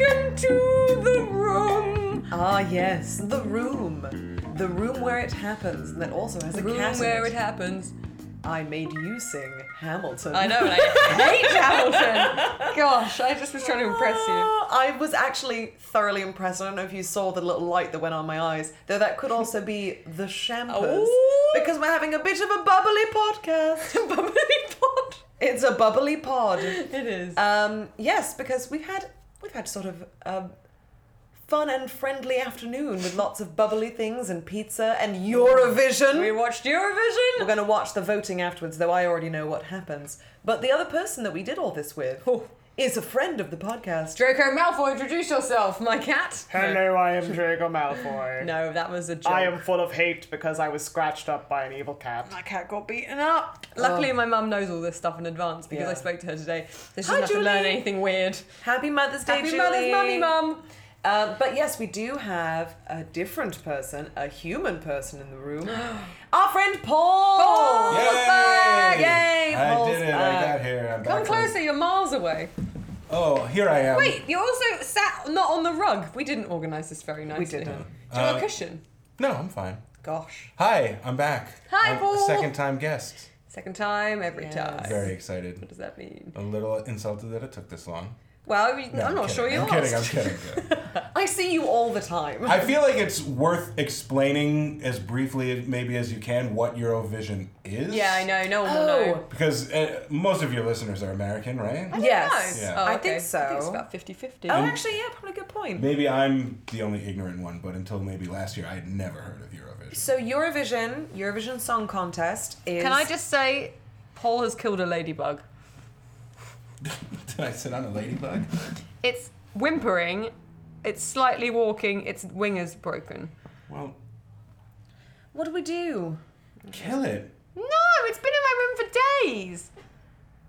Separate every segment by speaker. Speaker 1: into the room.
Speaker 2: Ah, yes, the room. The room where it happens, and that also has a
Speaker 1: room
Speaker 2: cat in
Speaker 1: where
Speaker 2: it.
Speaker 1: it happens.
Speaker 2: I made you sing Hamilton.
Speaker 1: I know, and I hate Hamilton. Gosh, I just was trying to impress you.
Speaker 2: Ah, I was actually thoroughly impressed. I don't know if you saw the little light that went on my eyes, though that could also be the champers.
Speaker 1: Ooh.
Speaker 2: Because we're having a bit of a bubbly podcast.
Speaker 1: Bubbly pod.
Speaker 2: It's a bubbly pod.
Speaker 1: It is.
Speaker 2: Um, yes, because we've had we've had sort of um, fun and friendly afternoon with lots of bubbly things and pizza and Eurovision.
Speaker 1: we watched Eurovision.
Speaker 2: We're going to watch the voting afterwards, though I already know what happens. But the other person that we did all this with
Speaker 1: Oh.
Speaker 2: is a friend of the podcast.
Speaker 1: Draco Malfoy, introduce yourself. My cat.
Speaker 3: Hello, I am Draco Malfoy.
Speaker 1: No, that was a joke.
Speaker 3: I am full of hate because I was scratched up by an evil cat.
Speaker 1: My cat got beaten up. Luckily, my mum knows all this stuff in advance because
Speaker 2: oh.
Speaker 1: I
Speaker 2: Yeah.
Speaker 1: spoke to her today, so she doesn't
Speaker 2: Hi,
Speaker 1: have to learn
Speaker 2: Julie.
Speaker 1: anything weird.
Speaker 2: Happy Mother's Day,
Speaker 1: Happy
Speaker 2: Julie.
Speaker 1: Mother's Mummy Mum.
Speaker 2: Uh, but yes, we do have a different person, a human person in the room. Our friend Paul.
Speaker 1: Paul! Paul's back!
Speaker 2: Yay,
Speaker 4: I
Speaker 2: Paul's
Speaker 4: did it!
Speaker 2: back.
Speaker 4: I got here.
Speaker 1: Come
Speaker 4: I'm back from-
Speaker 1: closer, you're miles away.
Speaker 4: Oh, here I am.
Speaker 1: Wait, you also sat not on the rug. We didn't organise this very nicely.
Speaker 2: didn't.
Speaker 1: Do you want a
Speaker 4: Uh,
Speaker 1: cushion?
Speaker 4: No, I'm fine.
Speaker 2: Gosh.
Speaker 4: Hi, I'm back.
Speaker 1: Hi,
Speaker 4: I'm a
Speaker 1: Paul.
Speaker 4: Second time guest.
Speaker 1: Second time, every
Speaker 2: Yes.
Speaker 1: time.
Speaker 4: Very excited.
Speaker 1: What does that mean?
Speaker 4: A little insulted that it took this long.
Speaker 1: Well, you-
Speaker 4: No,
Speaker 1: I'm not
Speaker 4: kidding.
Speaker 1: sure you
Speaker 4: I'm
Speaker 1: asked.
Speaker 4: kidding. I'm kidding. yeah.
Speaker 2: I see you all the time.
Speaker 4: I feel like it's worth explaining as briefly, maybe as you can, what Eurovision is.
Speaker 1: Yeah, I know. No one will
Speaker 2: Oh.
Speaker 1: know.
Speaker 4: Because uh, most of your listeners are American, right?
Speaker 2: yes.
Speaker 1: No.
Speaker 4: Yeah.
Speaker 1: Oh,
Speaker 2: I
Speaker 1: okay.
Speaker 2: think so.
Speaker 1: I think it's about 50 50.
Speaker 2: Oh, actually, yeah, probably a good point.
Speaker 4: Maybe I'm the only ignorant one, but until maybe last year, I had never heard of Eurovision.
Speaker 2: So Eurovision, Eurovision Song Contest is.
Speaker 1: Can I just say, Paul has killed a ladybug?
Speaker 4: Did I sit on a ladybug?
Speaker 1: It's whimpering, it's slightly walking, its wing is broken.
Speaker 4: Well,
Speaker 2: What do we do?
Speaker 4: kill it.
Speaker 1: No, it's been in my room for days.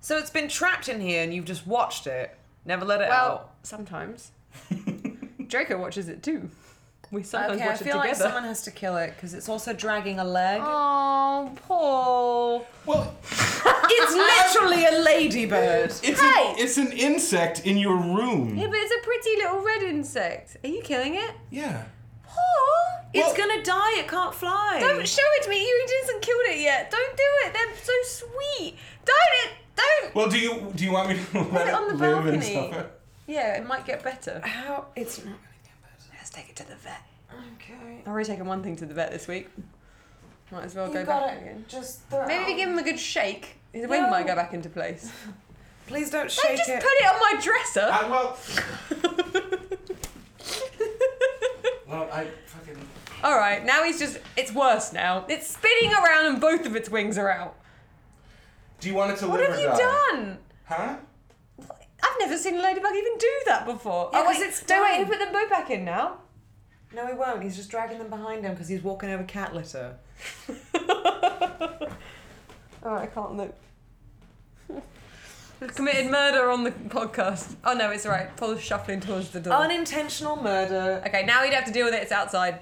Speaker 2: So it's been trapped in here, and you've just watched it. Never let it
Speaker 1: Well,
Speaker 2: out.
Speaker 1: sometimes. Draco watches it too. We sometimes
Speaker 2: okay, I
Speaker 1: watch
Speaker 2: feel
Speaker 1: it
Speaker 2: like
Speaker 1: together.
Speaker 2: someone has to kill it because it's also dragging a leg.
Speaker 1: Oh, Paul.
Speaker 4: Well,
Speaker 2: It's literally a ladybird.
Speaker 4: It's,
Speaker 1: Hey!
Speaker 4: an, it's an insect in your room.
Speaker 1: Yeah, but it's a pretty little red insect. Are you killing it?
Speaker 4: Yeah.
Speaker 1: Paul!
Speaker 2: It's
Speaker 4: Well-
Speaker 2: gonna die. It can't fly.
Speaker 1: Don't show it to me. You hasn't killed it yet. Don't do it. They're so sweet. Don't it. Don't.
Speaker 4: Well, do you do you want me to let
Speaker 1: it
Speaker 4: it
Speaker 1: on the
Speaker 4: live and
Speaker 1: balcony.
Speaker 4: suffer?
Speaker 1: Yeah, it might get better.
Speaker 2: How? It's not.
Speaker 1: Let's take it to the vet.
Speaker 2: Okay.
Speaker 1: I've already taken one thing to the vet this week. Might as well
Speaker 2: You
Speaker 1: go
Speaker 2: gotta
Speaker 1: back again.
Speaker 2: just throw.
Speaker 1: Maybe if you give him a good shake, his wing
Speaker 2: No.
Speaker 1: might go back into place.
Speaker 2: Please don't
Speaker 1: Don't
Speaker 2: shake
Speaker 1: just
Speaker 2: it.
Speaker 1: put it on my dresser.
Speaker 4: I, well, well, I fucking.
Speaker 1: All right, now he's just—it's worse now. It's spinning around and both of its wings are out.
Speaker 4: Do you want it to
Speaker 1: What
Speaker 4: live
Speaker 1: have
Speaker 4: or
Speaker 1: you
Speaker 4: die?
Speaker 1: done?
Speaker 4: Huh?
Speaker 1: I've never seen a ladybug even do that before.
Speaker 2: Yeah,
Speaker 1: oh,
Speaker 2: 'cause
Speaker 1: wait,
Speaker 2: it's
Speaker 1: no, wait,
Speaker 2: done.
Speaker 1: you put them both back in now.
Speaker 2: no, he won't. He's just dragging them behind him because he's walking over cat litter.
Speaker 1: All right, I can't look. We've committed murder on the podcast. Oh no, it's all right. Paul's shuffling towards the
Speaker 2: Oh,
Speaker 1: door.
Speaker 2: Unintentional murder.
Speaker 1: okay, now he'd have to deal with it. It's outside.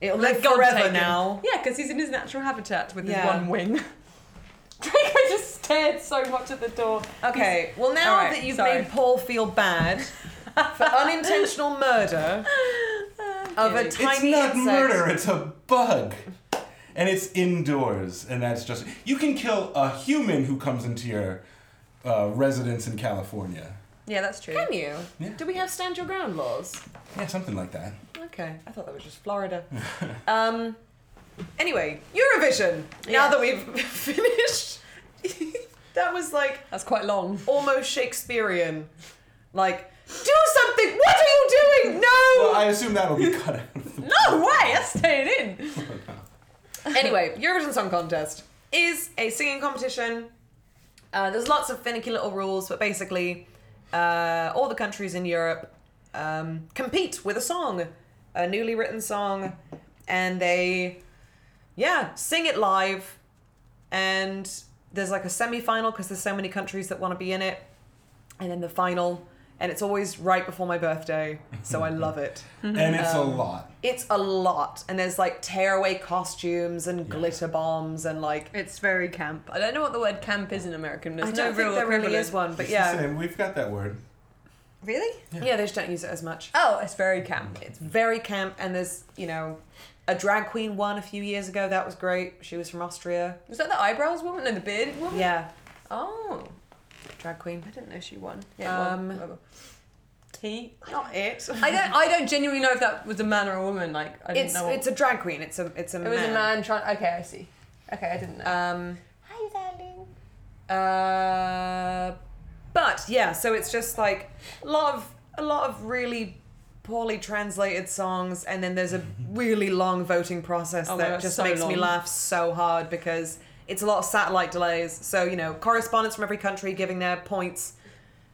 Speaker 2: It'll
Speaker 1: Let
Speaker 2: live
Speaker 1: God take
Speaker 2: forever
Speaker 1: him.
Speaker 2: now.
Speaker 1: Yeah, because he's in his natural habitat with
Speaker 2: Yeah.
Speaker 1: his one wing. Draco just stared so much at the door.
Speaker 2: Okay, well now
Speaker 1: All right,
Speaker 2: that you've
Speaker 1: sorry.
Speaker 2: made Paul feel bad for unintentional murder of a
Speaker 1: It's
Speaker 4: It's
Speaker 2: tiny
Speaker 4: not
Speaker 2: insect.
Speaker 4: murder. It's a bug. And it's indoors, and that's just you can kill a human who comes into your uh, residence in California.
Speaker 1: Yeah, that's true.
Speaker 2: Can you?
Speaker 4: Yeah.
Speaker 2: Do we have stand your ground laws?
Speaker 4: Yeah, something like that.
Speaker 2: Okay, I thought that was just Florida. um, anyway, Eurovision. Now that we've finished, that was like
Speaker 1: That's quite long.
Speaker 2: almost Shakespearean. Like, do something. What are you doing? No.
Speaker 4: Well, I assume that'll be cut out. of the-
Speaker 1: No way! That's staying in.
Speaker 2: anyway, Eurovision Song Contest is a singing competition. Uh, there's lots of finicky little rules, but basically, uh, all the countries in Europe um, compete with a song, a newly written song, and they, yeah, sing it live. And there's like a semi final because there's so many countries that want to be in it, and then the final. And it's always right before my birthday, so I love it.
Speaker 4: and it's a lot.
Speaker 2: It's a lot, and there's like tearaway costumes and glitter bombs and like
Speaker 1: It's very camp. I don't know what the word camp is in American. There's
Speaker 2: I
Speaker 1: no
Speaker 2: don't think
Speaker 1: real
Speaker 2: there really
Speaker 1: equivalent.
Speaker 2: is one, but
Speaker 4: It's the
Speaker 2: yeah,
Speaker 4: same. We've got that word.
Speaker 1: Really?
Speaker 2: Yeah. they just don't use it as much.
Speaker 1: Oh,
Speaker 2: It's very camp. It's very camp, and there's you know, a drag queen won a few years ago. That was great. She was from Austria.
Speaker 1: was that the eyebrows woman and the bearded woman?
Speaker 2: Yeah,
Speaker 1: Oh,
Speaker 2: drag queen.
Speaker 1: I didn't know she won. Yeah,
Speaker 2: Um,
Speaker 1: um, won.
Speaker 2: T. Not it.
Speaker 1: I don't. I don't genuinely know if that was a man or a woman. Like I didn't
Speaker 2: It's
Speaker 1: know.
Speaker 2: it's a drag queen. It's a it's a.
Speaker 1: it was a man trying. Okay, I see. Okay, I didn't know.
Speaker 2: Um.
Speaker 1: Hi, darling.
Speaker 2: Uh, but yeah, so it's just like a lot of a lot of really poorly translated songs, and then there's a really long voting process
Speaker 1: Oh my
Speaker 2: that
Speaker 1: God,
Speaker 2: just
Speaker 1: so
Speaker 2: makes me
Speaker 1: long.
Speaker 2: laugh so hard because it's a lot of satellite delays. So you know, correspondents from every country giving their points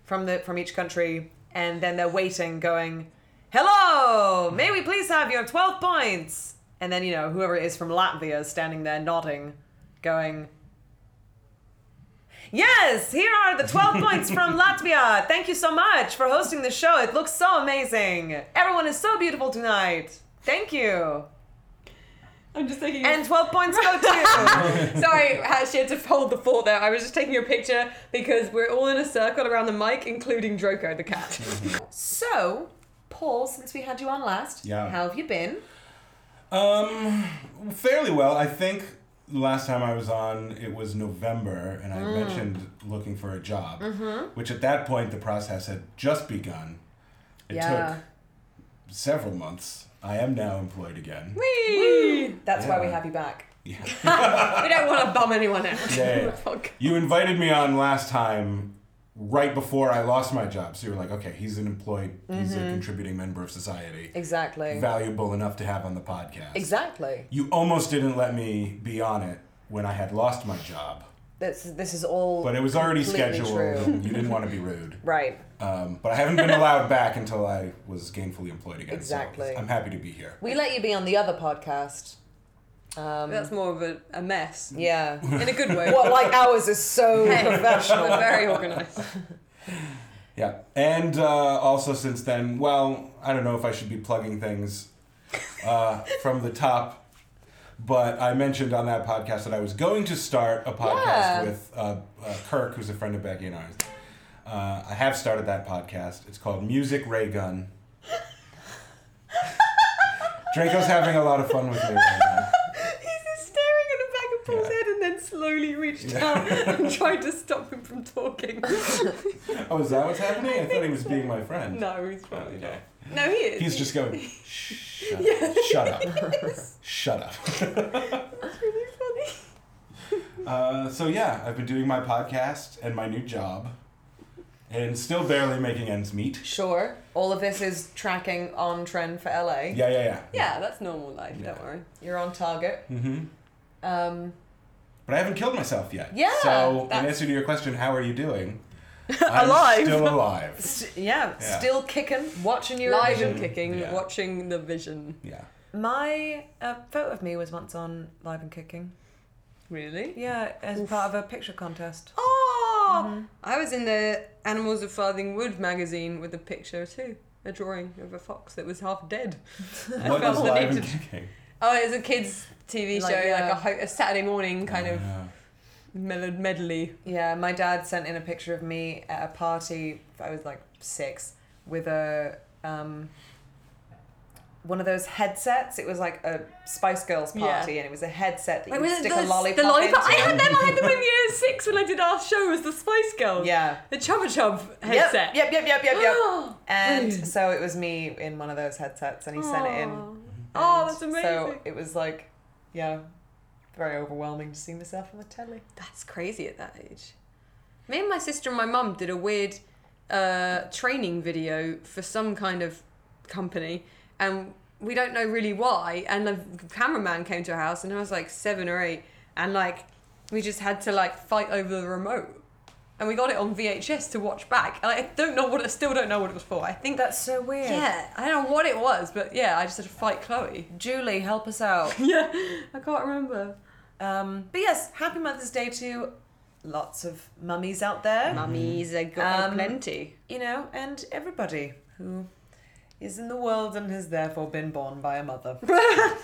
Speaker 2: from the from each country, and then they're waiting, going, "Hello, may we please have your twelve points?" And then you know, whoever it is from Latvia is standing there nodding, going. Yes, here are the 12 points from Latvia. Thank you so much for hosting the show. It looks so amazing. Everyone is so beautiful tonight. Thank you.
Speaker 1: I'm just thinking.
Speaker 2: And 12 points go to.
Speaker 1: Sorry, actually, had to hold the thought there. I was just taking a picture because we're all in a circle around the mic, including Droko the cat.
Speaker 4: Mm.
Speaker 2: so, Paul, since we had you on last,
Speaker 4: Yeah.
Speaker 2: how have you been?
Speaker 4: Um, fairly well. I think last time I was on, it was November, and I mentioned looking for a job, which at that point the process had just begun. It
Speaker 2: Yeah.
Speaker 4: took several months. I am now employed again.
Speaker 1: Whee!
Speaker 2: That's why we
Speaker 4: Yeah.
Speaker 2: have you back.
Speaker 4: Yeah.
Speaker 1: we don't want to bum anyone out.
Speaker 4: Yeah, yeah.
Speaker 1: Fuck.
Speaker 4: You invited me on last time right before I lost my job. So you were like, okay, he's an employed, he's a contributing member of society.
Speaker 2: Exactly.
Speaker 4: Valuable enough to have on the podcast.
Speaker 2: Exactly.
Speaker 4: You almost didn't let me be on it when I had lost my job,
Speaker 2: This, this is all.
Speaker 4: but it was already
Speaker 2: completely
Speaker 4: scheduled.
Speaker 2: True.
Speaker 4: and You didn't want to be rude.
Speaker 2: Right.
Speaker 4: Um, but I haven't been allowed back until I was gainfully employed again. so
Speaker 2: Exactly.
Speaker 4: I'm happy to be here.
Speaker 2: We let you be on the other podcast. Um,
Speaker 1: That's more of a, a mess.
Speaker 2: yeah.
Speaker 1: In a good way.
Speaker 2: what, like ours is so
Speaker 1: Hey,
Speaker 2: professional.
Speaker 1: We're very organised.
Speaker 4: Yeah. And uh, also since then, well, I don't know if I should be plugging things uh, from the top, but I mentioned on that podcast that I was going to start a podcast
Speaker 2: Yeah.
Speaker 4: with uh, uh, Kirk, who's a friend of Becky and ours. Uh, I have started that podcast. It's called Music Ray Gun. Draco's having a lot of fun with me right now.
Speaker 1: He's just staring at the back of Paul's
Speaker 4: Yeah.
Speaker 1: head and then slowly reached out and tried to stop him from talking.
Speaker 4: Oh, is that what's happening? I thought he was being my friend.
Speaker 1: no, he's
Speaker 4: Oh,
Speaker 1: probably
Speaker 4: okay.
Speaker 1: not. No, he is.
Speaker 4: He's just going, shh, shut up, shut up, shut up.
Speaker 1: It's really funny.
Speaker 4: Uh, so yeah, I've been doing my podcast and my new job, and still barely making ends meet.
Speaker 2: Sure. All of this is tracking on trend for LA.
Speaker 4: Yeah, yeah, yeah.
Speaker 1: Yeah, that's normal life,
Speaker 4: Yeah.
Speaker 1: don't worry.
Speaker 2: You're on target.
Speaker 4: Mm-hmm.
Speaker 2: Um,
Speaker 4: But I haven't killed myself yet.
Speaker 2: Yeah,
Speaker 4: So in
Speaker 2: that's-
Speaker 4: answer to your question, how are you doing?
Speaker 2: Alive.
Speaker 4: I'm still alive.
Speaker 2: st- yeah,
Speaker 4: Yeah.
Speaker 2: still kicking, watching your
Speaker 1: Live and kicking,
Speaker 4: Yeah.
Speaker 1: watching the vision.
Speaker 4: Yeah.
Speaker 2: My uh, photo of me was once on Live and Kicking.
Speaker 1: Really?
Speaker 2: Yeah, as part of a picture contest.
Speaker 1: Oh!
Speaker 4: Mm-hmm.
Speaker 1: I was in the Animals of Farthing Wood magazine with a picture too, a drawing of a fox that was half dead.
Speaker 4: What
Speaker 1: felt
Speaker 4: is
Speaker 1: the
Speaker 4: live
Speaker 1: need
Speaker 4: and
Speaker 1: to-
Speaker 4: kicking?
Speaker 1: Oh, it was a kids' TV
Speaker 2: Like,
Speaker 1: show,
Speaker 2: yeah.
Speaker 1: like a, ho- a Saturday morning kind of
Speaker 4: Yeah.
Speaker 1: melod medley.
Speaker 2: Yeah, my dad sent in a picture of me at a party. I was like six with a um, one of those headsets. It was like a Spice Girls
Speaker 1: Yeah.
Speaker 2: party, and it was a headset that
Speaker 1: Wait,
Speaker 2: you
Speaker 1: was
Speaker 2: would
Speaker 1: it
Speaker 2: stick
Speaker 1: the,
Speaker 2: a lollipop.
Speaker 1: the lollipop? I
Speaker 2: into.
Speaker 1: had them. I had them in year six when I did our show as the Spice Girls.
Speaker 2: Yeah.
Speaker 1: The Chubba Chub headset.
Speaker 2: Yep, yep, yep, yep, yep. yep.
Speaker 1: Oh,
Speaker 2: And
Speaker 1: Brilliant.
Speaker 2: so it was me in one of those headsets, and he sent it in. And
Speaker 1: Oh, that's amazing.
Speaker 2: So it was like, yeah, very overwhelming to see myself on the telly.
Speaker 1: That's crazy at that age. Me and my sister and my mum did a weird uh, training video for some kind of company, and we don't know really why. And the cameraman came to our house, and I was like seven or eight, and like we just had to like fight over the remote, and we got it on VHS to watch back. And I don't know what, I still don't know what it was for. I think that.
Speaker 2: That's so weird.
Speaker 1: Yeah, I don't know what it was, but yeah, I just had to fight Chloe.
Speaker 2: Julie, help us out.
Speaker 1: yeah, I can't remember.
Speaker 2: Um, but yes, happy Mother's Day to lots of mummies out there,
Speaker 1: Mummies, I
Speaker 2: got
Speaker 1: plenty.
Speaker 2: you know, and everybody who is in the world and has therefore been born by a mother.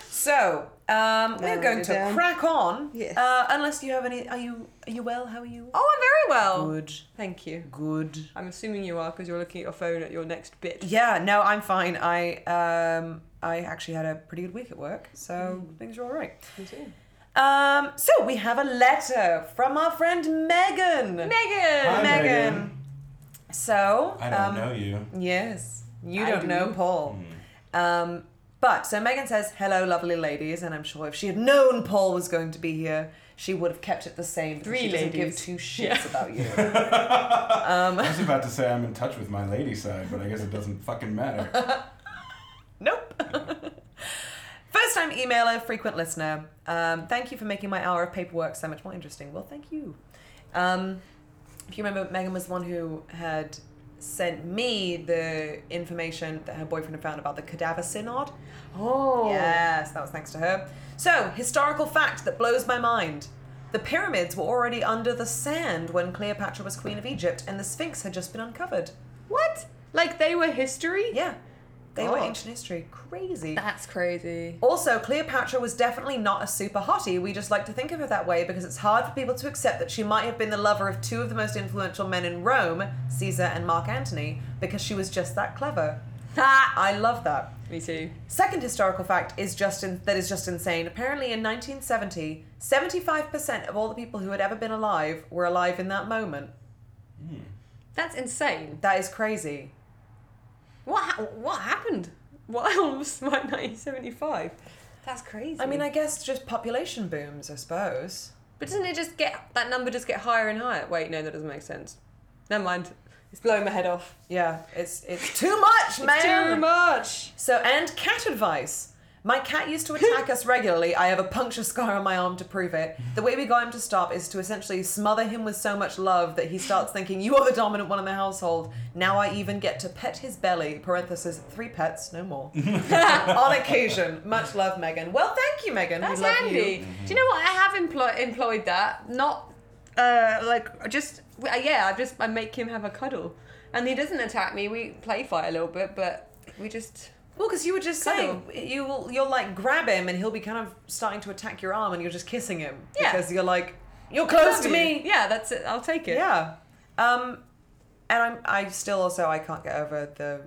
Speaker 2: so um, we're
Speaker 1: Narrowed
Speaker 2: going
Speaker 1: it
Speaker 2: to
Speaker 1: down.
Speaker 2: crack on.
Speaker 1: Yes.
Speaker 2: Uh, unless you have any, are you are you well? How are you?
Speaker 1: Oh, I'm very well.
Speaker 2: Good,
Speaker 1: Thank you.
Speaker 2: good.
Speaker 1: I'm assuming you are because you're looking at your phone at your next bit.
Speaker 2: Yeah, no, I'm fine. I um, I actually had a pretty good week at work, so
Speaker 1: Mm.
Speaker 2: things are all right. Um, so we have a letter from our friend Megan.
Speaker 1: Megan!
Speaker 2: Megan.
Speaker 4: Hi, Megan.
Speaker 2: So
Speaker 4: I don't
Speaker 2: um,
Speaker 4: know Hmm. you.
Speaker 2: Yes, you
Speaker 1: I
Speaker 2: don't
Speaker 1: do.
Speaker 2: know Paul. Um, but so Megan says, "Hello, lovely ladies," and I'm sure if she had known Paul was going to be here, she would have kept it the same. because
Speaker 1: Three
Speaker 2: she doesn't give
Speaker 1: ladies.
Speaker 2: two shits about you.
Speaker 4: I was about to say I'm in touch with my lady side, but I guess it doesn't fucking matter.
Speaker 2: Nope. First time emailer, frequent listener. Um, thank you for making my hour of paperwork so much more interesting. Well, thank you. Um, if you remember, Megan was the one who had sent me the information that her boyfriend had found about the cadaver synod.
Speaker 1: Oh.
Speaker 2: Yes, that was thanks to her. So, historical fact that blows my mind. The pyramids were already under the sand when Cleopatra was queen of Egypt and the Sphinx had just been uncovered.
Speaker 1: What? Oh. Like they were history?
Speaker 2: Yeah. They were
Speaker 1: God.
Speaker 2: ancient history. Crazy.
Speaker 1: That's crazy.
Speaker 2: Also, Cleopatra was definitely not a super hottie. We just like to think of her that way because it's hard for people to accept that she might have been the lover of two of the most influential men in Rome, Caesar and Mark Antony, because she was just that clever.
Speaker 1: Ha!
Speaker 2: I love that.
Speaker 1: Me too.
Speaker 2: Second historical fact is just in, that is just insane. Apparently, in 1970, 75% of all the people who had ever been alive were alive in that moment.
Speaker 1: That's insane.
Speaker 2: That is crazy.
Speaker 1: What ha- what happened? Why was my 1975? That's crazy.
Speaker 2: I mean, I guess just population booms, I suppose.
Speaker 1: but doesn't it just get that number just get higher and higher? Wait, no, that doesn't make sense. Never mind. It's blowing my head off.
Speaker 2: Yeah, it's it's too much, man.
Speaker 1: Too much.
Speaker 2: So, and cat advice. My cat used to attack us regularly. I have a puncture scar on my arm to prove it. The way we got him to stop is to essentially smother him with so much love that he starts thinking, You are the dominant one in the household. Now I even get to pet his belly. Parenthesis, three pets, no more. on occasion. Much love, Megan. Well, thank you, Megan. We
Speaker 1: That's
Speaker 2: love
Speaker 1: handy.
Speaker 2: you.
Speaker 1: Do you know what? I have employed employed that. Not uh like just uh, yeah. I just I make him have a cuddle, and he doesn't attack me. We play fight a little bit, but we just
Speaker 2: Well, because you were just
Speaker 1: Cuddle.
Speaker 2: saying, you will, you'll like grab him and he'll be kind of starting to attack your arm and you're just kissing him.
Speaker 1: Yeah.
Speaker 2: Because you're like, You're close
Speaker 1: Love
Speaker 2: to
Speaker 1: you.
Speaker 2: me.
Speaker 1: Yeah, that's it. I'll take it.
Speaker 2: Yeah. Um, and I'm I still also I can't get over the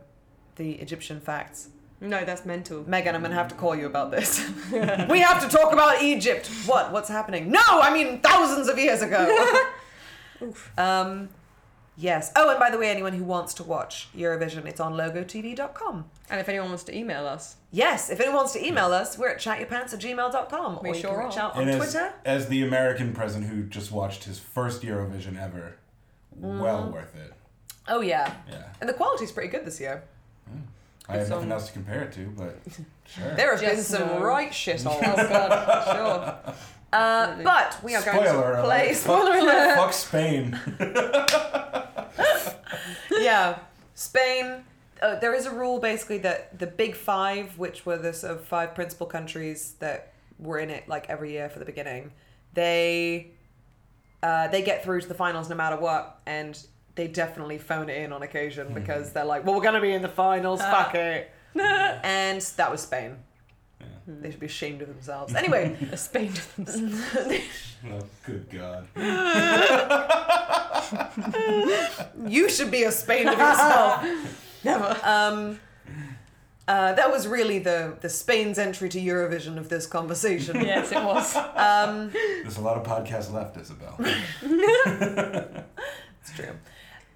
Speaker 2: the Egyptian facts.
Speaker 1: No, that's mental.
Speaker 2: Megan, I'm gonna have to call you about this. we have to talk about Egypt. What? What's happening? No, I mean thousands of years ago. um, yes. Oh, and by the way, anyone who wants to watch Eurovision, it's on logotv.com.
Speaker 1: And if anyone wants to email us,
Speaker 2: Yes, if anyone wants to email us, we're at chatyourpants at gmail.com.
Speaker 1: We
Speaker 2: or you
Speaker 1: sure
Speaker 2: can reach
Speaker 1: are.
Speaker 2: out on
Speaker 4: And as,
Speaker 2: Twitter.
Speaker 4: as the American president who just watched his first Eurovision ever,
Speaker 2: Mm-hmm.
Speaker 4: well worth it.
Speaker 2: Oh, yeah.
Speaker 4: Yeah.
Speaker 2: And the quality's pretty good this year.
Speaker 4: I have
Speaker 1: song.
Speaker 4: nothing else to compare it to, but sure.
Speaker 2: There have been
Speaker 1: Just
Speaker 2: some
Speaker 1: no.
Speaker 2: right shit on.
Speaker 1: oh god, sure.
Speaker 2: Uh, but we are going
Speaker 4: Spoiler
Speaker 2: to
Speaker 4: alert.
Speaker 2: play.
Speaker 4: Fuck,
Speaker 2: Spoiler alert.
Speaker 4: fuck Spain.
Speaker 2: yeah, Spain. Uh, there is a rule basically that the big five, which were the sort of five principal countries that were in it like every year for the beginning, they uh, they get through to the finals no matter what, and they definitely phone it in on
Speaker 4: Hmm.
Speaker 2: occasion because they're like, well, we're gonna be in the finals, fuck
Speaker 4: Ah.
Speaker 2: it. and that was Spain. They should be ashamed of themselves. Anyway,
Speaker 1: Spain doesn't.
Speaker 4: oh, good God.
Speaker 2: you should be ashamed of yourself.
Speaker 1: Never.
Speaker 2: Um, uh, that was really the, the Spain's entry to Eurovision of this conversation.
Speaker 1: yes, it was.
Speaker 2: um,
Speaker 4: There's a lot of podcasts left, Isabel.
Speaker 2: it's true.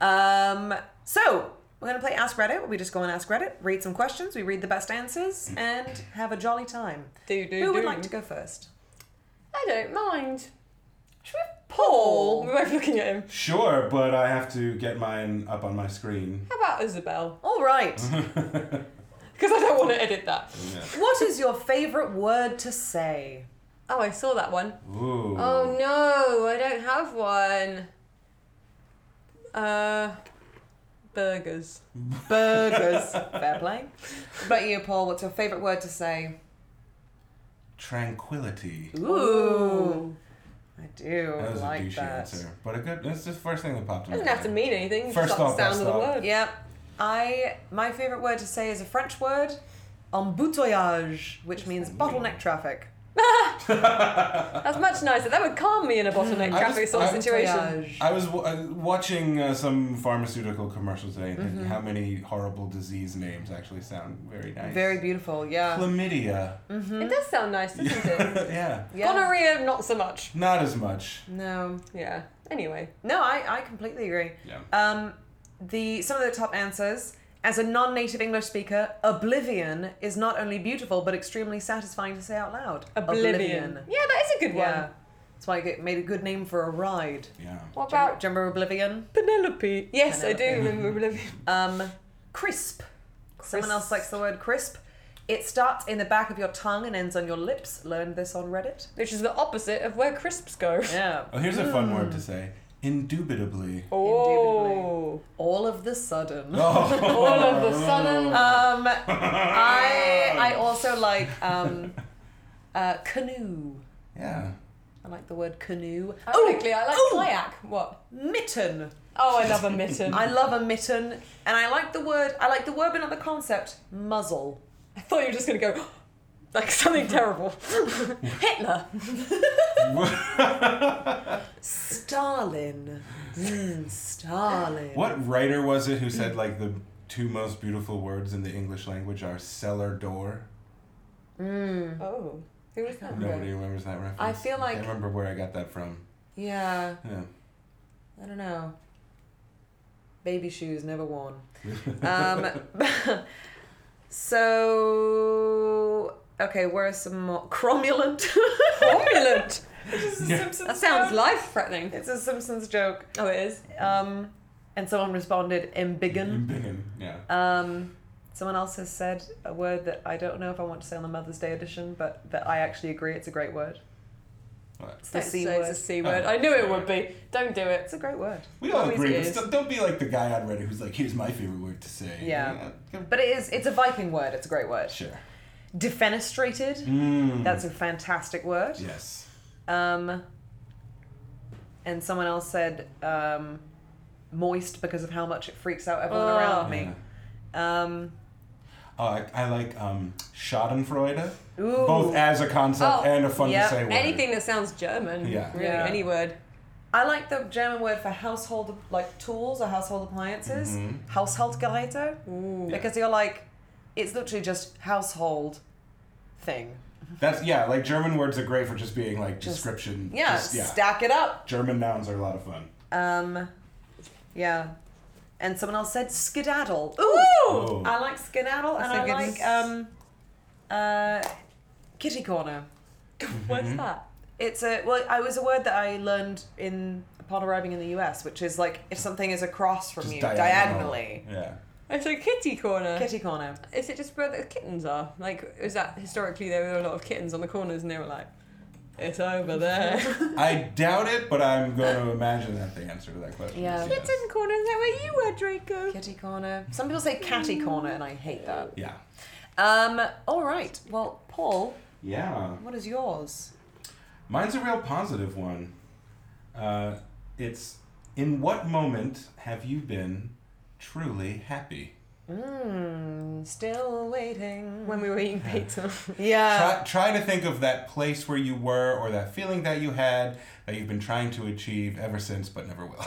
Speaker 2: Um, so we're gonna play Ask Reddit. We just go and ask Reddit, read some questions, we read the best answers, and have a jolly time.
Speaker 1: Do do
Speaker 2: Who would
Speaker 1: do.
Speaker 2: like to go first?
Speaker 1: I don't mind. Should we have Paul?
Speaker 2: Paul?
Speaker 1: We're both looking at him.
Speaker 4: Sure, but I have to get mine up on my screen.
Speaker 1: How about Isabel?
Speaker 2: All right.
Speaker 1: Because I don't want to edit that.
Speaker 4: Yeah.
Speaker 2: what is your favorite word to say?
Speaker 1: Oh, I saw that one.
Speaker 4: Ooh.
Speaker 1: Oh no, I don't have one. Uh, burgers.
Speaker 2: Burgers. Fair play. What about you, Paul? What's your favorite word to say?
Speaker 4: Tranquility.
Speaker 2: Ooh. I do
Speaker 4: That was a
Speaker 2: like
Speaker 4: douchey
Speaker 2: that.
Speaker 4: answer. But a good that's the first thing that popped in my
Speaker 1: Doesn't have to
Speaker 4: head.
Speaker 1: mean anything.
Speaker 4: First
Speaker 1: just like
Speaker 4: off,
Speaker 1: the sound
Speaker 4: best
Speaker 1: of the
Speaker 4: off.
Speaker 1: word.
Speaker 2: Yep. I my favorite word to say is a French word, embouteillage, which means bottleneck traffic.
Speaker 1: That's much nicer. That would calm me in a bottleneck
Speaker 4: Mm-hmm. I
Speaker 1: traffic
Speaker 4: just-
Speaker 1: sort of
Speaker 4: I-
Speaker 1: situation.
Speaker 2: Embouteillage.
Speaker 4: I was w- uh, watching uh, some pharmaceutical commercials today and
Speaker 2: Mm-hmm.
Speaker 4: thinking how many horrible disease names actually sound very nice.
Speaker 2: Very Mm-hmm. beautiful, yeah.
Speaker 4: Chlamydia.
Speaker 1: It does sound nice, doesn't it?
Speaker 4: yeah.
Speaker 2: yeah.
Speaker 1: Gonorrhea, not so much.
Speaker 4: Not as much.
Speaker 2: No,
Speaker 1: Yeah. Anyway,
Speaker 2: no, I, I completely agree.
Speaker 4: Yeah.
Speaker 2: Um, the some of the top answers. As a non-native English speaker, oblivion is not only beautiful but extremely satisfying to say out loud.
Speaker 1: oblivion. Yeah, that is a good
Speaker 2: Yeah,
Speaker 1: one.
Speaker 2: that's why I get, made a good name for a ride.
Speaker 4: Yeah.
Speaker 1: What
Speaker 2: Do you remember-
Speaker 1: about
Speaker 2: do you remember Oblivion?
Speaker 1: Penelope? Yes, I do
Speaker 2: Penelope.
Speaker 1: remember Oblivion.
Speaker 2: Um, crisp. Someone else
Speaker 1: Crisp.
Speaker 2: likes the word crisp. It starts in the back of your tongue and ends on your lips. Learned this on Reddit.
Speaker 1: Which is the opposite of where crisps go.
Speaker 2: Yeah.
Speaker 4: Oh, here's a fun
Speaker 2: Mm.
Speaker 4: word to say. Indubitably.
Speaker 1: Oh.
Speaker 2: All of the sudden.
Speaker 4: Oh.
Speaker 1: All of the sudden.
Speaker 2: Um, I I also like um, uh, canoe.
Speaker 4: Yeah.
Speaker 2: I like the word canoe.
Speaker 1: Ironically, I like
Speaker 2: oh.
Speaker 1: kayak. What?
Speaker 2: Mitten.
Speaker 1: Oh, I love a mitten.
Speaker 2: I love a mitten, and I like the word. I like the word, but not the concept. Muzzle.
Speaker 1: I thought you were just going to go, like something terrible. Hitler.
Speaker 2: Stalin. Mm, Stalin.
Speaker 4: What writer was it who
Speaker 2: Mm.
Speaker 4: said like the two most beautiful words in the English language are cellar door?
Speaker 1: Oh. Who was that?
Speaker 4: Nobody remembers that reference.
Speaker 2: I feel
Speaker 4: I
Speaker 2: like
Speaker 4: remember where I got that from.
Speaker 2: yeah.
Speaker 4: Yeah.
Speaker 2: I don't know. Baby shoes never worn. um, so okay, where are some more cromulent?
Speaker 1: Opulent.
Speaker 2: It's a Simpsons
Speaker 1: That sounds
Speaker 2: joke.
Speaker 1: life threatening.
Speaker 2: It's a Simpsons joke.
Speaker 1: Oh, it is.
Speaker 2: Um, and someone responded embiggen.
Speaker 4: Biggin, Yeah.
Speaker 2: Um, someone else has said a word that I don't know if I want to say on the Mother's Day edition, but that I actually agree it's a great word.
Speaker 4: What?
Speaker 2: It's the
Speaker 1: Don't
Speaker 2: c
Speaker 1: say
Speaker 2: word.
Speaker 1: It's a C word.
Speaker 4: Oh,
Speaker 1: I knew it
Speaker 4: sorry.
Speaker 1: would be. Don't do it.
Speaker 2: It's a great word.
Speaker 4: We all
Speaker 1: Always
Speaker 4: agree, but
Speaker 1: is.
Speaker 4: still, don't be like the guy on Reddit who's like, "Here's my favorite word to say."
Speaker 2: Yeah.
Speaker 4: Yeah.
Speaker 2: But it is. It's a Viking word. It's a great word.
Speaker 4: Sure.
Speaker 2: Defenestrated.
Speaker 4: Mm.
Speaker 2: That's a fantastic word.
Speaker 4: yes.
Speaker 2: Um, and someone else said um, moist because of how much it freaks out everyone
Speaker 1: Oh.
Speaker 2: around me.
Speaker 4: Yeah.
Speaker 2: Um,
Speaker 4: Uh, Oh, I, I like um, Schadenfreude,
Speaker 2: ooh,
Speaker 4: both as a concept
Speaker 1: Oh,
Speaker 4: and a fun
Speaker 2: yep.
Speaker 4: to say word.
Speaker 1: Anything that sounds German.
Speaker 4: Yeah.
Speaker 1: Really,
Speaker 2: Yeah.
Speaker 1: any word.
Speaker 2: I like the German word for household like tools or household appliances,
Speaker 4: Mhm.
Speaker 2: Haushaltgeräte,
Speaker 1: Ooh.
Speaker 2: because you're like, it's literally just household thing.
Speaker 4: That's yeah. Like German words are great for just being like
Speaker 2: Just-
Speaker 4: description.
Speaker 2: Yeah,
Speaker 4: just- yeah.
Speaker 2: stack it up.
Speaker 4: German nouns are a lot of fun.
Speaker 2: Um, yeah. And someone else said skedaddle. Ooh,
Speaker 4: Oh.
Speaker 2: I like skedaddle,
Speaker 1: That's
Speaker 2: and
Speaker 1: a
Speaker 2: I
Speaker 1: good-
Speaker 2: like um, uh, kitty corner.
Speaker 1: What's that?
Speaker 2: It's a well, I was a word that I learned in upon arriving in the U.S., which is like if something is across from
Speaker 4: Just
Speaker 2: you
Speaker 4: diagonal.
Speaker 2: diagonally.
Speaker 4: Yeah.
Speaker 1: It's a kitty corner.
Speaker 2: Kitty corner.
Speaker 1: Is it just where the kittens are? Like, is that historically there were a lot of kittens on the corners and they were like, it's over there.
Speaker 4: I doubt it, but I'm going to imagine that the answer to that question.
Speaker 2: Yeah.
Speaker 4: Is yes.
Speaker 1: Kitten corner, is that where you were, Draco?
Speaker 2: Kitty corner. Some people say catty corner, and I hate that.
Speaker 4: Yeah.
Speaker 2: Um. All right. Well, Paul,
Speaker 4: Yeah.
Speaker 2: what is yours?
Speaker 4: Mine's a real positive one. Uh, it's in what moment have you been truly happy?
Speaker 2: Mm, still waiting.
Speaker 1: When we were eating pizza.
Speaker 2: Yeah.
Speaker 4: try, try to think of that place where you were or that feeling that you had that you've been trying to achieve ever since but never will.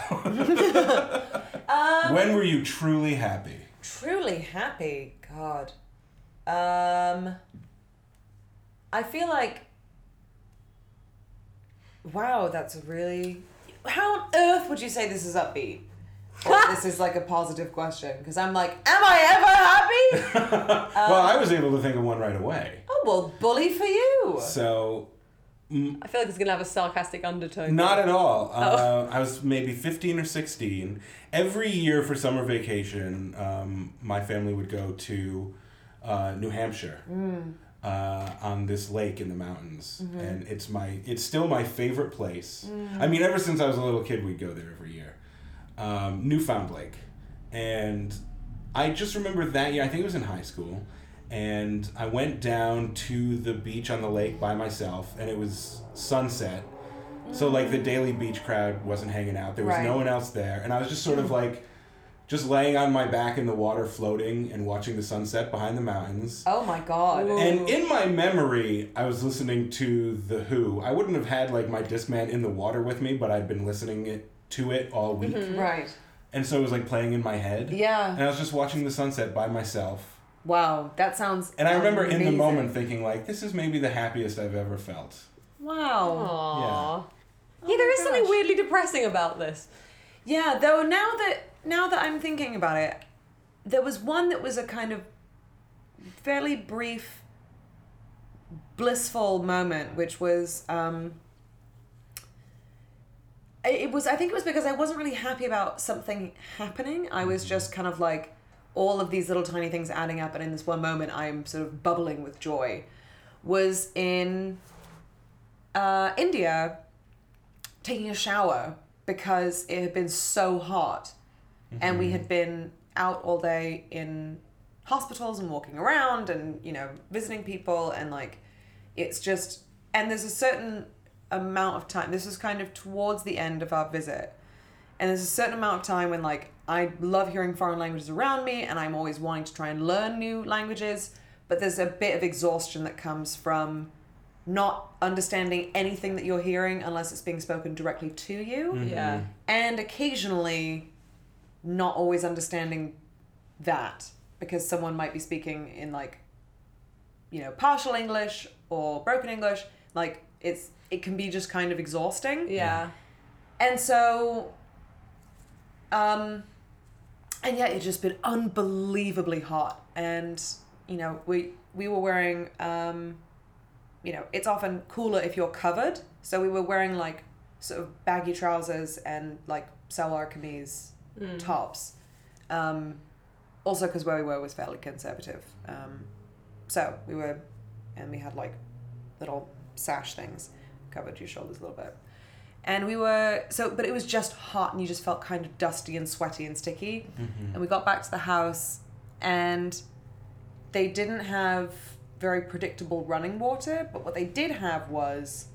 Speaker 4: when were you truly happy?
Speaker 2: Truly happy. God. Um. I feel like. Wow, that's a really. How on earth would you say this is upbeat? Or this is like a positive question because I'm like, am I ever happy?
Speaker 4: well, I was able to think of one right away.
Speaker 2: oh well, bully for you.
Speaker 4: So,
Speaker 1: I feel like it's going to have a sarcastic undertone.
Speaker 4: Not at all. Uh, I was maybe 15 or 16. Every year for summer vacation, um, my family would go to uh, New Hampshire uh, on this lake in the mountains, and it's my it's still my favorite place. I mean, ever since I was a little kid, we'd go there every year. Um, Newfound Lake, and I just remember that year. I think it was in high school. And I went down to the beach on the lake by myself, and it was sunset. So like the Daily Beach crowd wasn't hanging out. There was
Speaker 2: Right.
Speaker 4: no one else there, and I was just sort of like just laying on my back in the water, floating and watching the sunset behind the mountains.
Speaker 2: Oh my god.
Speaker 1: Whoa.
Speaker 4: And in my memory, I was listening to The Who. I wouldn't have had like my Discman in the water with me, but I'd been listening it to it all week,
Speaker 2: Right.
Speaker 4: and so it was like playing in my head.
Speaker 2: Mm-hmm. Yeah.
Speaker 4: And I was just watching the sunset by myself.
Speaker 2: Wow. That sounds.
Speaker 4: And I remember in the
Speaker 2: amazing.
Speaker 4: moment thinking like, this is maybe the happiest I've ever felt.
Speaker 2: Wow.
Speaker 1: Aww. yeah, there
Speaker 2: my
Speaker 1: is something
Speaker 2: gosh.
Speaker 1: weirdly depressing about this.
Speaker 2: Yeah. Though now that now that I'm thinking about it, there was one that was a kind of fairly brief, blissful moment, which was. Um, I- it was i think it was because i wasn't really happy about something happening i was just kind of like all of these little tiny things adding up and in this one moment i'm sort of bubbling with joy was in uh, india taking a shower because it had been so hot and we had been out all day in hospitals and walking around and you know visiting people and like it's just and there's a certain amount of time this was kind of towards the end of our visit and there's a certain amount of time when like i love hearing foreign languages around me and i'm always wanting to try and learn new languages but there's a bit of exhaustion that comes from not understanding anything that you're hearing unless it's being spoken directly to you
Speaker 1: Yeah.
Speaker 2: and occasionally not always understanding that because someone might be speaking in like you know partial english or broken english like it's it can be just kind of exhausting
Speaker 1: Yeah.
Speaker 2: and so um and yeah it's just been unbelievably hot and you know we we were wearing um you know it's often cooler if you're covered so we were wearing like sort of baggy trousers and like salwar kameez tops um also because where we were was fairly conservative um so we were and we had like little sash things covered your shoulders a little bit and we were so but it was just hot and you just felt kind of dusty and sweaty and sticky and we got back to the house and they didn't have very predictable running water but what they did have was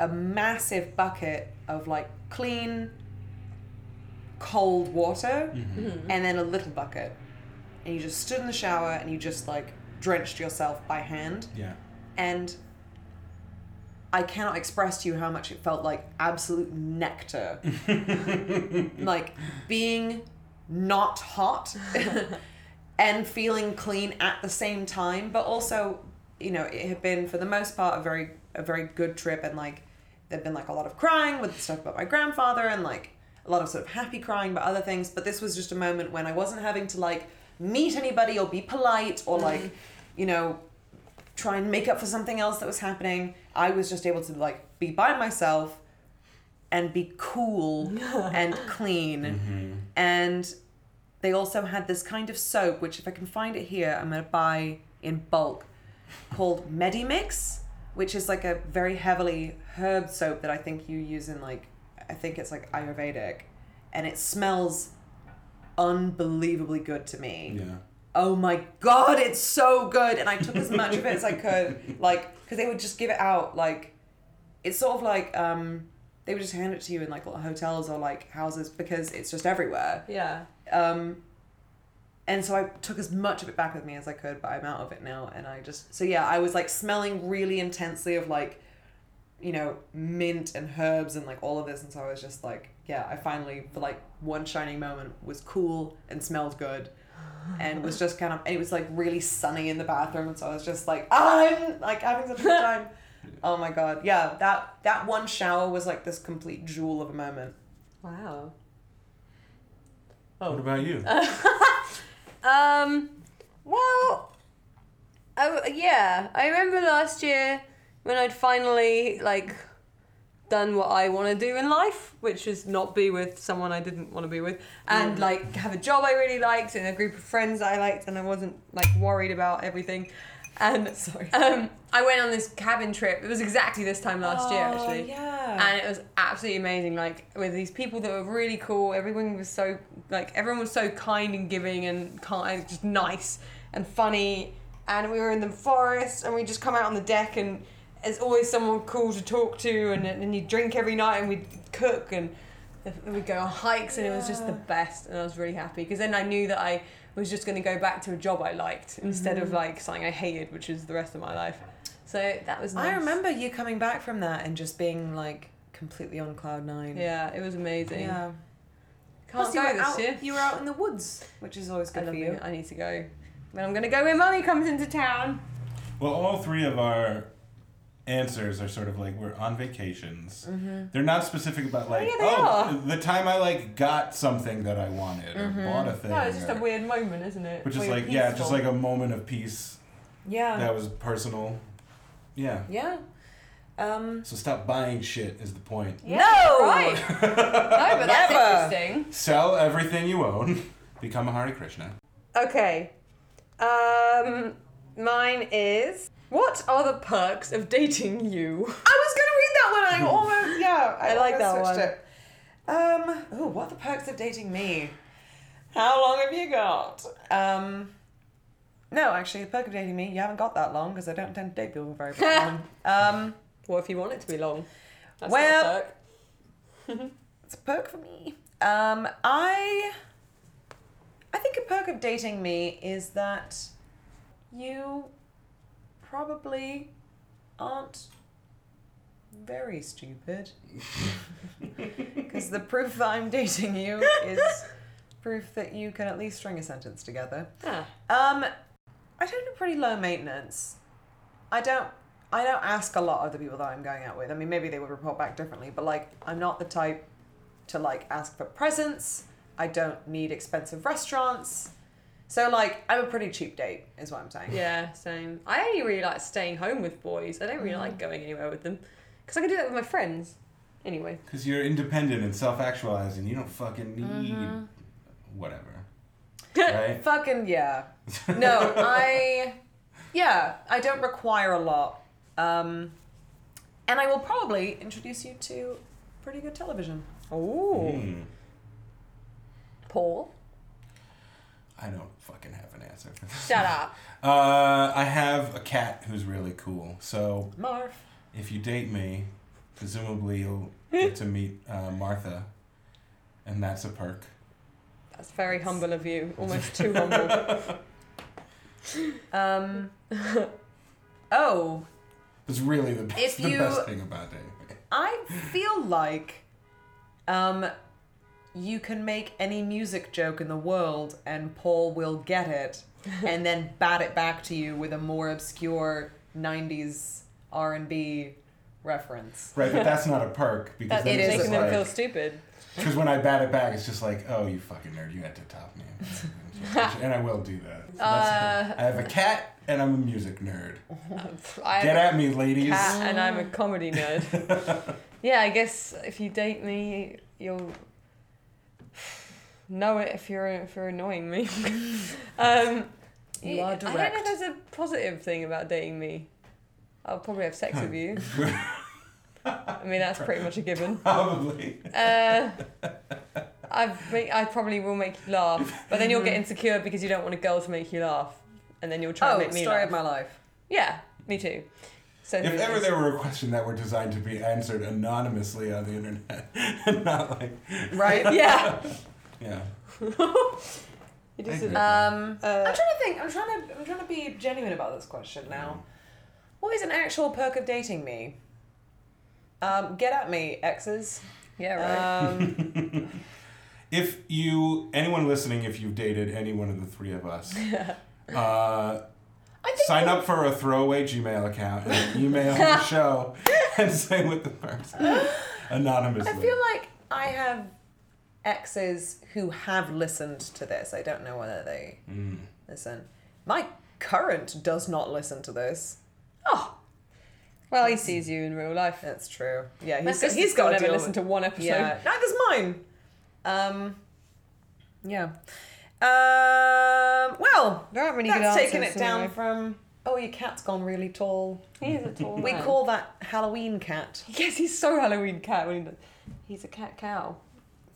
Speaker 2: a massive bucket of like clean cold water and then a little bucket and you just stood in the shower and you just like drenched yourself by hand
Speaker 4: Yeah.
Speaker 2: and I cannot express to you how much it felt like absolute nectar. like being not hot and feeling clean at the same time, but also, you know, it had been for the most part a very a very good trip and like there'd been like a lot of crying with stuff about my grandfather and like a lot of sort of happy crying about other things, but this was just a moment when I wasn't having to like meet anybody or be polite or like, you know, try and make up for something else that was happening. I was just able to like be by myself and be cool and clean. And they also had this kind of soap, which if I can find it here, I'm gonna buy in bulk, called MediMix, which is like a very heavily herb soap that I think you use in like I think it's like Ayurvedic, and it smells unbelievably good to me
Speaker 4: Yeah.
Speaker 2: oh my god, it's so good. And I took as much of it as I could, like, because they would just give it out, like, it's sort of like, um, they would just hand it to you in like little hotels or like houses because it's just everywhere.
Speaker 1: Yeah.
Speaker 2: Um, and so I took as much of it back with me as I could, but I'm out of it now. And I just, so yeah, I was like smelling really intensely of like, you know, mint and herbs and like all of this. And so I was just like, yeah, I finally, for like one shining moment, was cool and smelled good and was just kind of, and it was like really sunny in the bathroom. And so I was just like, "Ah, I'm like having such a good time. Oh my God. Yeah. That, that one shower was like this complete jewel of a moment.
Speaker 1: Wow.
Speaker 2: Oh.
Speaker 4: What about you?
Speaker 1: Um, well, I, yeah, I remember last year when I'd finally like done what I want to do in life, which is not be with someone I didn't want to be with, and like have a job I really liked and a group of friends I liked, and I wasn't like worried about everything. And
Speaker 2: Sorry.
Speaker 1: um, I went on this cabin trip. It was exactly this time last year,
Speaker 2: Oh,
Speaker 1: actually
Speaker 2: Yeah.
Speaker 1: and it was absolutely amazing like with these people that were really cool everyone was so like everyone was so kind and giving and kind just nice and funny and we were in the forest and we just come out on the deck and there's always someone cool to talk to and, and you drink every night and we cook and we would go on hikes, and it was just the best, and I was really happy because then I knew that I was just going to go back to a job I liked instead
Speaker 2: Mm-hmm.
Speaker 1: of like something I hated, which is the rest of my life. So that was. Nice.
Speaker 2: I remember you coming back from that and just being like completely on cloud nine.
Speaker 1: Yeah, it was amazing.
Speaker 2: Yeah.
Speaker 1: Can't
Speaker 2: Plus
Speaker 1: go
Speaker 2: you were
Speaker 1: this
Speaker 2: out,
Speaker 1: year.
Speaker 2: You were out in the woods, which is always
Speaker 1: I
Speaker 2: good
Speaker 1: love
Speaker 2: for you.
Speaker 1: it. I need to go. But I'm gonna go when mummy comes into town.
Speaker 4: Well, all three of our answers are sort of like we're on vacations.
Speaker 1: Mm-hmm.
Speaker 4: They're not specific about like
Speaker 1: yeah, they
Speaker 4: oh, the time I like got something that I wanted or bought a
Speaker 1: Mm-hmm.
Speaker 4: thing.
Speaker 1: No, Oh, it's just a
Speaker 4: or-
Speaker 1: weird moment, isn't it?
Speaker 4: which is
Speaker 1: Weird,
Speaker 4: like yeah,
Speaker 1: peaceful. Uh-huh.
Speaker 4: just like a moment of peace
Speaker 2: Yeah.
Speaker 4: that was personal. Yeah.
Speaker 2: Yeah. Um,
Speaker 4: So stop buying shit is the point.
Speaker 1: Yeah,
Speaker 2: No!
Speaker 1: right. no, but that's
Speaker 2: Never.
Speaker 1: interesting.
Speaker 4: Sell everything you own. Become a Hare Krishna.
Speaker 1: Okay, um, mine is what are the perks of dating you?
Speaker 2: I was gonna read that one. I almost yeah. I,
Speaker 1: I like that
Speaker 2: almost switched
Speaker 1: one.
Speaker 2: It. Um. Oh, what are the perks of dating me? How long have you got? Um. No, actually, the perk of dating me, you haven't got that long because I don't tend to date people very long. um,
Speaker 1: Well, if you want it to be long, that's
Speaker 2: Well-
Speaker 1: not a perk.
Speaker 2: it's a perk for me. Um, I. I think a perk of dating me is that you probably aren't very stupid. Because the proof that I'm dating you is proof that you can at least string a sentence together.
Speaker 1: Ah.
Speaker 2: Um, I don't do pretty low maintenance. I don't. I don't ask a lot of the people that I'm going out with. I mean, maybe they would report back differently, but like, I'm not the type to like ask for presents. I don't need expensive restaurants. So like, I'm a pretty cheap date, is what I'm saying.
Speaker 1: Yeah, same. I only really like staying home with boys. I don't really like going anywhere with them because I can do that with my friends. Anyway,
Speaker 4: Because you're independent and self actualizing. You don't fucking need
Speaker 1: Mm-hmm.
Speaker 4: whatever. Right?
Speaker 2: Fucking yeah. No, I yeah, I don't require a lot. Um and I will probably introduce you to pretty good television.
Speaker 1: Oh,
Speaker 4: Hmm.
Speaker 1: Paul,
Speaker 4: I don't fucking have an answer for this.
Speaker 1: shut up.
Speaker 4: Uh, I have a cat who's really cool. So
Speaker 2: Marv.
Speaker 4: if you date me, presumably you'll get to meet uh, Martha, and that's a perk.
Speaker 1: That's very humble of you. Almost too humble.
Speaker 2: Um Oh,
Speaker 4: It's really the, best,
Speaker 2: If
Speaker 4: the
Speaker 2: you-
Speaker 4: best thing about dating. me.
Speaker 2: I feel like um you can make any music joke in the world and Paul will get it and then bat it back to you with a more obscure 90s R&B reference.
Speaker 4: Right, but that's not a perk because
Speaker 1: That's
Speaker 4: then
Speaker 2: It
Speaker 4: it's
Speaker 2: is
Speaker 1: making
Speaker 4: just
Speaker 2: a
Speaker 1: them
Speaker 4: like,
Speaker 1: feel stupid.
Speaker 4: Because when I bat it back, it's just like, oh, you fucking nerd, you had to top me. and I will do that. That's-
Speaker 1: Uh,
Speaker 4: I have a cat and I'm a music nerd.
Speaker 1: I
Speaker 4: Get
Speaker 1: am
Speaker 4: at me,
Speaker 1: a
Speaker 4: ladies.
Speaker 1: cat and I'm a comedy nerd. yeah, I guess if you date me, you'll know it if you're if you're annoying me. um,
Speaker 2: You are
Speaker 1: I don't know
Speaker 2: direct.
Speaker 1: if there's a positive thing about dating me. I'll probably have sex with you. I mean, that's pretty much a given.
Speaker 4: Probably.
Speaker 1: Uh, I've make, I probably will make you laugh, but then you'll get insecure because you don't want a girl to make you laugh, and then you'll try
Speaker 2: Oh,
Speaker 1: and make me
Speaker 2: story
Speaker 1: laugh.
Speaker 2: of my life.
Speaker 1: Yeah, me too. So
Speaker 4: If ever there were a question that were designed to be answered anonymously on the internet, and not like,
Speaker 2: Right?
Speaker 1: yeah,
Speaker 4: yeah.
Speaker 1: it
Speaker 4: I
Speaker 1: is.
Speaker 4: agree.
Speaker 1: a-
Speaker 2: Um,
Speaker 1: Uh,
Speaker 2: I'm trying to think. I'm trying to. I'm trying to be genuine about this question
Speaker 1: Mm-hmm.
Speaker 2: now. What is an actual perk of dating me? Um, get at me, exes.
Speaker 1: yeah, right.
Speaker 2: Um,
Speaker 4: If you, anyone listening, if you've dated any one of the three of us, uh,
Speaker 2: I think
Speaker 4: sign up for a throwaway Gmail account and then email the show and say what the person anonymously.
Speaker 2: I feel like I have exes who have listened to this. I don't know whether they listen. My current does not listen to this.
Speaker 1: oh, well, he sees you in real life.
Speaker 2: That's true. Yeah,
Speaker 1: My
Speaker 2: he's
Speaker 1: sister's
Speaker 2: he's
Speaker 1: got
Speaker 2: got
Speaker 1: to never listen to one episode.
Speaker 2: Yeah, neither's mine. Um, yeah. Um, well,
Speaker 1: There aren't many good
Speaker 2: that's taking it
Speaker 1: answers,
Speaker 2: down
Speaker 1: anyway.
Speaker 2: from. Oh, your cat's gone really tall.
Speaker 1: He's a tall
Speaker 2: We
Speaker 1: man.
Speaker 2: call that Halloween cat.
Speaker 1: Yes, he's so Halloween cat. When he does. He's a cat cow.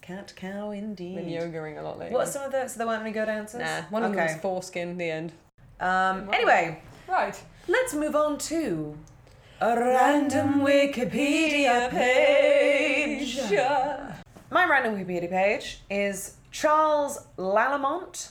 Speaker 2: Cat cow
Speaker 1: Been
Speaker 2: indeed.
Speaker 1: yogaing a lot lately.
Speaker 2: What's some of the so there weren't any good answers?
Speaker 1: Nah, one of them was
Speaker 2: okay.
Speaker 1: foreskin. The end.
Speaker 2: Um. Anyway,
Speaker 1: Right.
Speaker 2: let's move on to a random Wikipedia page. My random Wikipedia page is Charles Lalamont,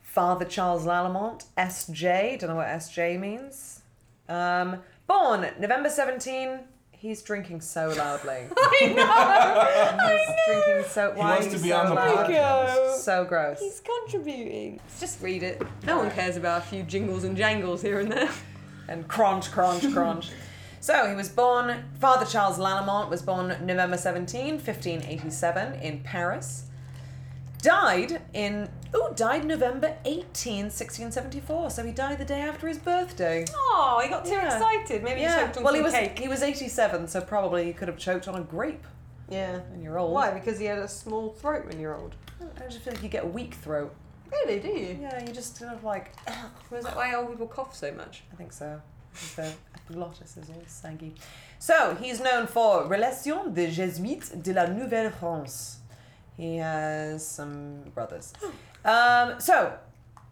Speaker 2: Father Charles Lalamont, SJ. Don't know what SJ means. Um, born November 17. He's drinking so loudly.
Speaker 1: I know.
Speaker 2: He's drinking so.
Speaker 4: He
Speaker 2: Why
Speaker 4: wants
Speaker 2: are
Speaker 4: to
Speaker 2: you
Speaker 4: be
Speaker 2: so
Speaker 4: on the
Speaker 2: loud?
Speaker 4: podcast.
Speaker 2: So gross.
Speaker 1: He's contributing. Just read it. No one cares about a few jingles and jangles here and there.
Speaker 2: and crunch, crunch, crunch. So he was born, Father Charles Lalamont was born November 17, 1587 in Paris. Died in, oh, died November 18, 1674. So he died the day after his birthday.
Speaker 1: Oh, he got too
Speaker 2: Yeah.
Speaker 1: excited. Maybe he choked on
Speaker 2: well,
Speaker 1: some
Speaker 2: he was
Speaker 1: cake.
Speaker 2: he was 87, so probably he could have choked on a grape
Speaker 1: Yeah.
Speaker 2: when you're old.
Speaker 1: Why? Because he had a small throat when you're old.
Speaker 2: I just feel like you get a weak throat.
Speaker 1: Really? Do you?
Speaker 2: Yeah, you just kind of like, "Ugh."
Speaker 1: Was that why old people cough so much?
Speaker 2: I think so. The glottis is all saggy. So he's known for Relations des Jésuites de la Nouvelle France. He has some brothers. Um, so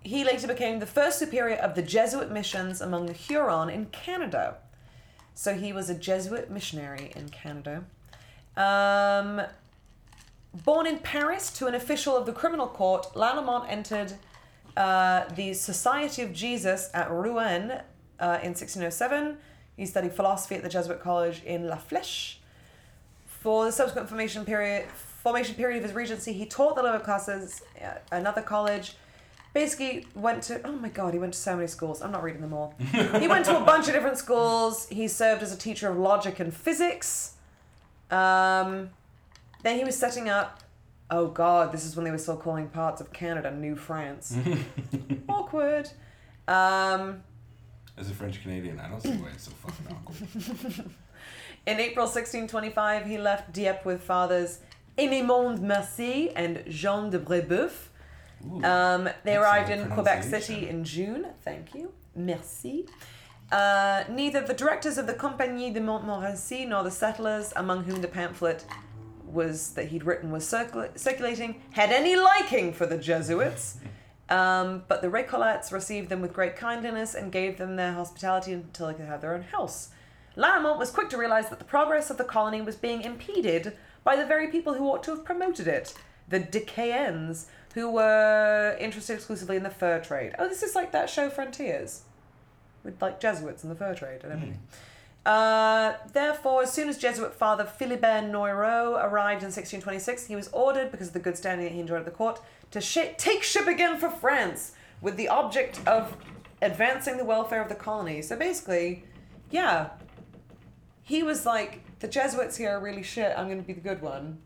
Speaker 2: he later became the first superior of the Jesuit missions among the Huron in Canada. So he was a Jesuit missionary in Canada. Um, Born in Paris to an official of the criminal court, Lalamont entered uh, the Society of Jesus at Rouen uh, in 1607. He studied philosophy at the Jesuit College in La Flèche. For the subsequent formation period, formation period of his regency, he taught the lower classes at another college. Basically, went to oh my god, he went to so many schools. I'm not reading them all. he went to a bunch of different schools. He served as a teacher of logic and physics. Um, then he was setting up. Oh God, this is when they were still calling parts of Canada New France. Awkward. Um,
Speaker 4: As a French Canadian, I don't see why it's so fucking awkward.
Speaker 2: in April 1625, he left Dieppe with fathers Enemond Mercier and Jean de Brébeuf.
Speaker 4: Ooh.
Speaker 2: Um, they arrived in
Speaker 4: Excellent
Speaker 2: Quebec City
Speaker 4: pronunciation.
Speaker 2: in June. Thank you. Merci. Uh, neither the directors of the Compagnie de Montmorency nor the settlers, among whom the pamphlet was that he'd written was circul- circulating, had any liking for the Jesuits. Um, but the Recollets received them with great kindness and gave them their hospitality until they could have their own house. Lamont was quick to realize that the progress of the colony was being impeded by the very people who ought to have promoted it, the Decayens, who were interested exclusively in the fur trade. Oh, this is like that show Frontiers, with like Jesuits and the fur trade and everything. Uh, therefore, as soon as Jesuit father Philibert Noyrot arrived in 1626, he was ordered, because of the good standing that he enjoyed at the court, to sh- take ship again for France with the object of advancing the welfare of the colony. So basically, yeah, he was like, the Jesuits here are really shit, I'm going to be the good one.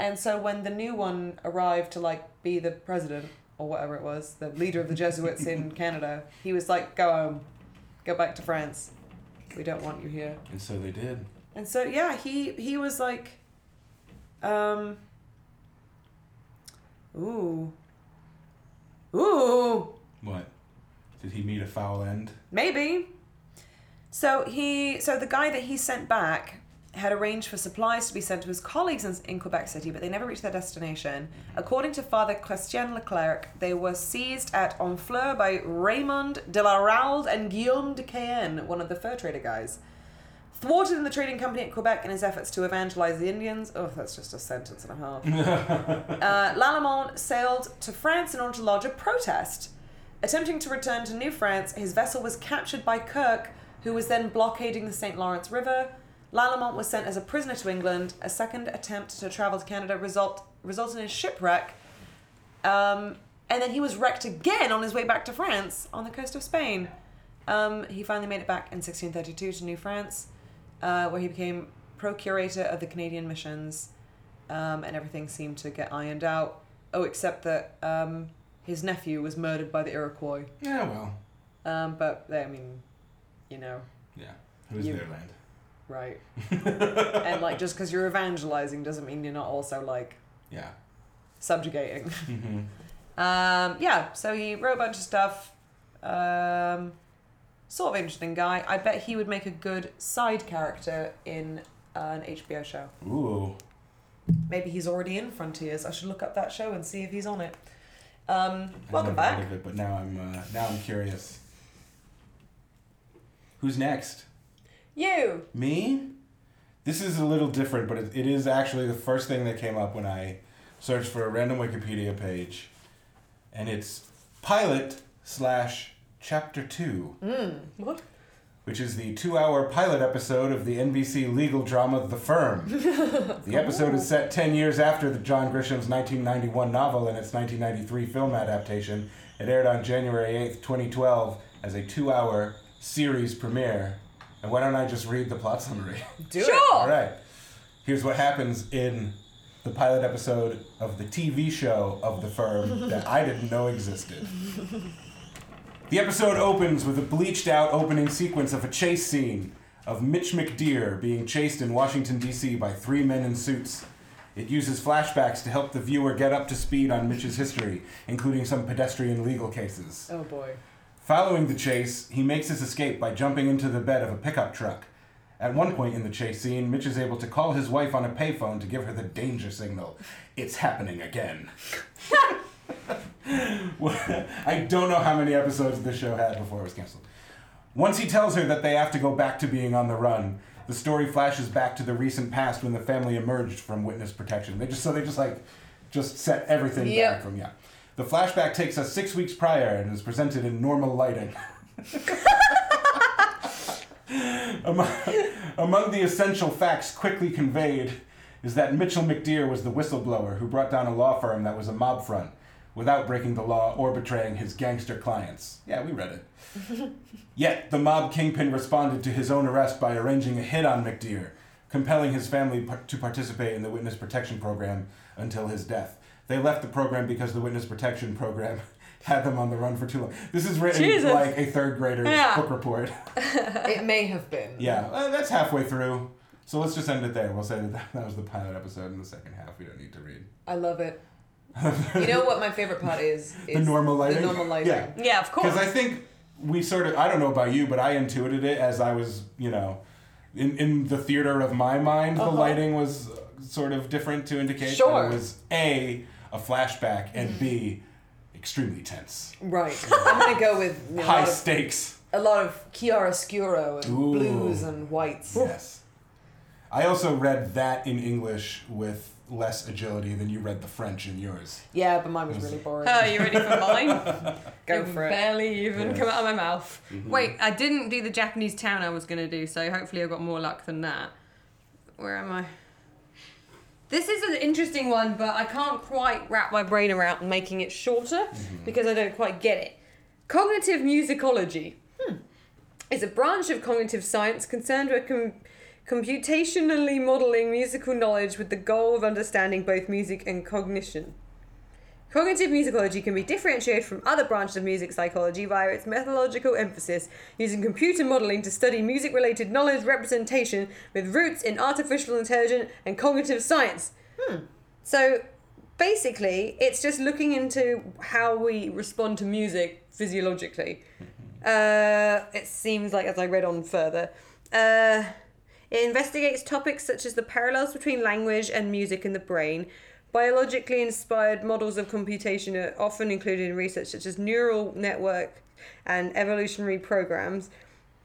Speaker 2: And so when the new one arrived to like be the president or whatever it was, the leader of the Jesuits in Canada, he was like, go home, go back to France we don't want you here.
Speaker 4: And so they did.
Speaker 2: And so yeah, he he was like, um, ooh, ooh,
Speaker 4: What? Did he meet a foul end?
Speaker 2: maybe. So he so the guy that he sent back had arranged for supplies to be sent to his colleagues in, in Quebec City, but they never reached their destination. According to Father Christian Leclerc, they were seized at Honfleur by Raymond de la Ralde and Guillaume de Caen, one of the fur trader guys. Thwarted in the trading company at Quebec in his efforts to evangelize the Indians. Oh, that's just a sentence and a half. uh, Lalemant sailed to France in order to lodge a protest. Attempting to return to New France, his vessel was captured by Kirk, who was then blockading the St. Lawrence River. Lalemant was sent as a prisoner to England. A second attempt to travel to Canada result, resulted in a shipwreck. Um, and then he was wrecked again on his way back to France on the coast of Spain. Um, he finally made it back in 1632 to New France, uh, where he became procurator of the Canadian missions, um, and everything seemed to get ironed out. Oh, except that um, his nephew was murdered by the Iroquois.
Speaker 4: Yeah, well.
Speaker 2: Um, but they, I mean, you know,
Speaker 4: Yeah. It was
Speaker 2: You-
Speaker 4: their land.
Speaker 2: right? and like, just because you're evangelizing doesn't mean you're not also like
Speaker 4: Yeah.
Speaker 2: subjugating.
Speaker 4: hmm
Speaker 2: Um, yeah, so he wrote a bunch of stuff. Um, sort of interesting guy. I bet he would make a good side character in an HBO show.
Speaker 4: Ooh.
Speaker 2: Maybe he's already in Frontiers. I should look up that show and see if he's on it. Um,
Speaker 4: I
Speaker 2: welcome
Speaker 4: never heard
Speaker 2: back.
Speaker 4: Of it, but now I'm uh, now I'm curious. Who's next?
Speaker 1: You.
Speaker 4: Me? This is a little different, but it, it is actually the first thing that came up when I searched for a random Wikipedia page, and it's pilot slash chapter two,
Speaker 1: What?
Speaker 4: which is the two-hour pilot episode of the NBC legal drama The Firm. the episode is set ten years after the John Grisham's 1991 novel and its 1993 film adaptation. It aired on January 8th, 2012, as a two-hour series premiere. And why don't I just read the plot summary?
Speaker 2: Do
Speaker 1: sure.
Speaker 4: All right. Here's what happens in the pilot episode of the TV show of the firm that I didn't know existed. The episode opens with a bleached out opening sequence of a chase scene of Mitch McDear being chased in Washington, D.C. by three men in suits. It uses flashbacks to help the viewer get up to speed on Mitch's history, including some pedestrian legal cases.
Speaker 2: Oh boy.
Speaker 4: Following the chase, he makes his escape by jumping into the bed of a pickup truck. At one point in the chase scene, Mitch is able to call his wife on a payphone to give her the danger signal. It's happening again. I don't know how many episodes this show had before it was canceled. Once he tells her that they have to go back to being on the run, the story flashes back to the recent past when the family emerged from witness protection. They just so they just like just set everything
Speaker 2: Yep.
Speaker 4: back from yeah. The flashback takes us six weeks prior and is presented in normal lighting. among, among the essential facts quickly conveyed is that Mitchell McDear was the whistleblower who brought down a law firm that was a mob front without breaking the law or betraying his gangster clients. Yeah, we read it. Yet, the mob kingpin responded to his own arrest by arranging a hit on McDear, compelling his family par- to participate in the witness protection program until his death. They left the program because the witness protection program had them on the run for too long. This is written
Speaker 1: Jesus.
Speaker 4: like a third grader's
Speaker 1: Yeah.
Speaker 4: book report.
Speaker 2: It may have been.
Speaker 4: Yeah, uh, that's halfway through. So let's just end it there. We'll say that that- that was the pilot episode in the second half. We don't need to read.
Speaker 2: I love it. You know what my favorite part is? is
Speaker 4: normal lighting?
Speaker 2: The normal lighting.
Speaker 4: Yeah.
Speaker 1: Yeah, of course.
Speaker 4: Because I think we sort of, I don't know about you, but I intuited it as I was, you know, in, in the theater of my mind, the lighting was uh, sort of different to indicate
Speaker 2: Sure.
Speaker 4: that it was A, a flashback, and B, extremely tense.
Speaker 2: Right. I'm gonna go with you know, a,
Speaker 4: High
Speaker 2: lot of,
Speaker 4: stakes.
Speaker 2: a lot of chiaroscuro and
Speaker 4: Ooh.
Speaker 2: blues and whites.
Speaker 4: Yes. I also read that in English with less agility than you read the French in yours.
Speaker 2: Yeah, but mine was really boring.
Speaker 1: Oh, you ready for mine?
Speaker 2: go
Speaker 1: It
Speaker 2: for it.
Speaker 1: Barely even
Speaker 4: Yeah.
Speaker 1: come out of my mouth. Wait, I didn't do the Japanese town I was going to do, so hopefully I've got more luck than that. Where am I? This is an interesting one, but I can't quite wrap my brain around making it shorter because I don't quite get it. Cognitive musicology is a branch of cognitive science concerned with com- computationally modeling musical knowledge with the goal of understanding both music and cognition. Cognitive musicology can be differentiated from other branches of music psychology via its methodological emphasis, using computer modeling to study music related knowledge representation with roots in artificial intelligence and cognitive science. So basically, it's just looking into how we respond to music physiologically. Uh, it seems like, as I read on further, uh, it investigates topics such as the parallels between language and music in the brain. Biologically inspired models of computation are often included in research such as neural network and evolutionary programs.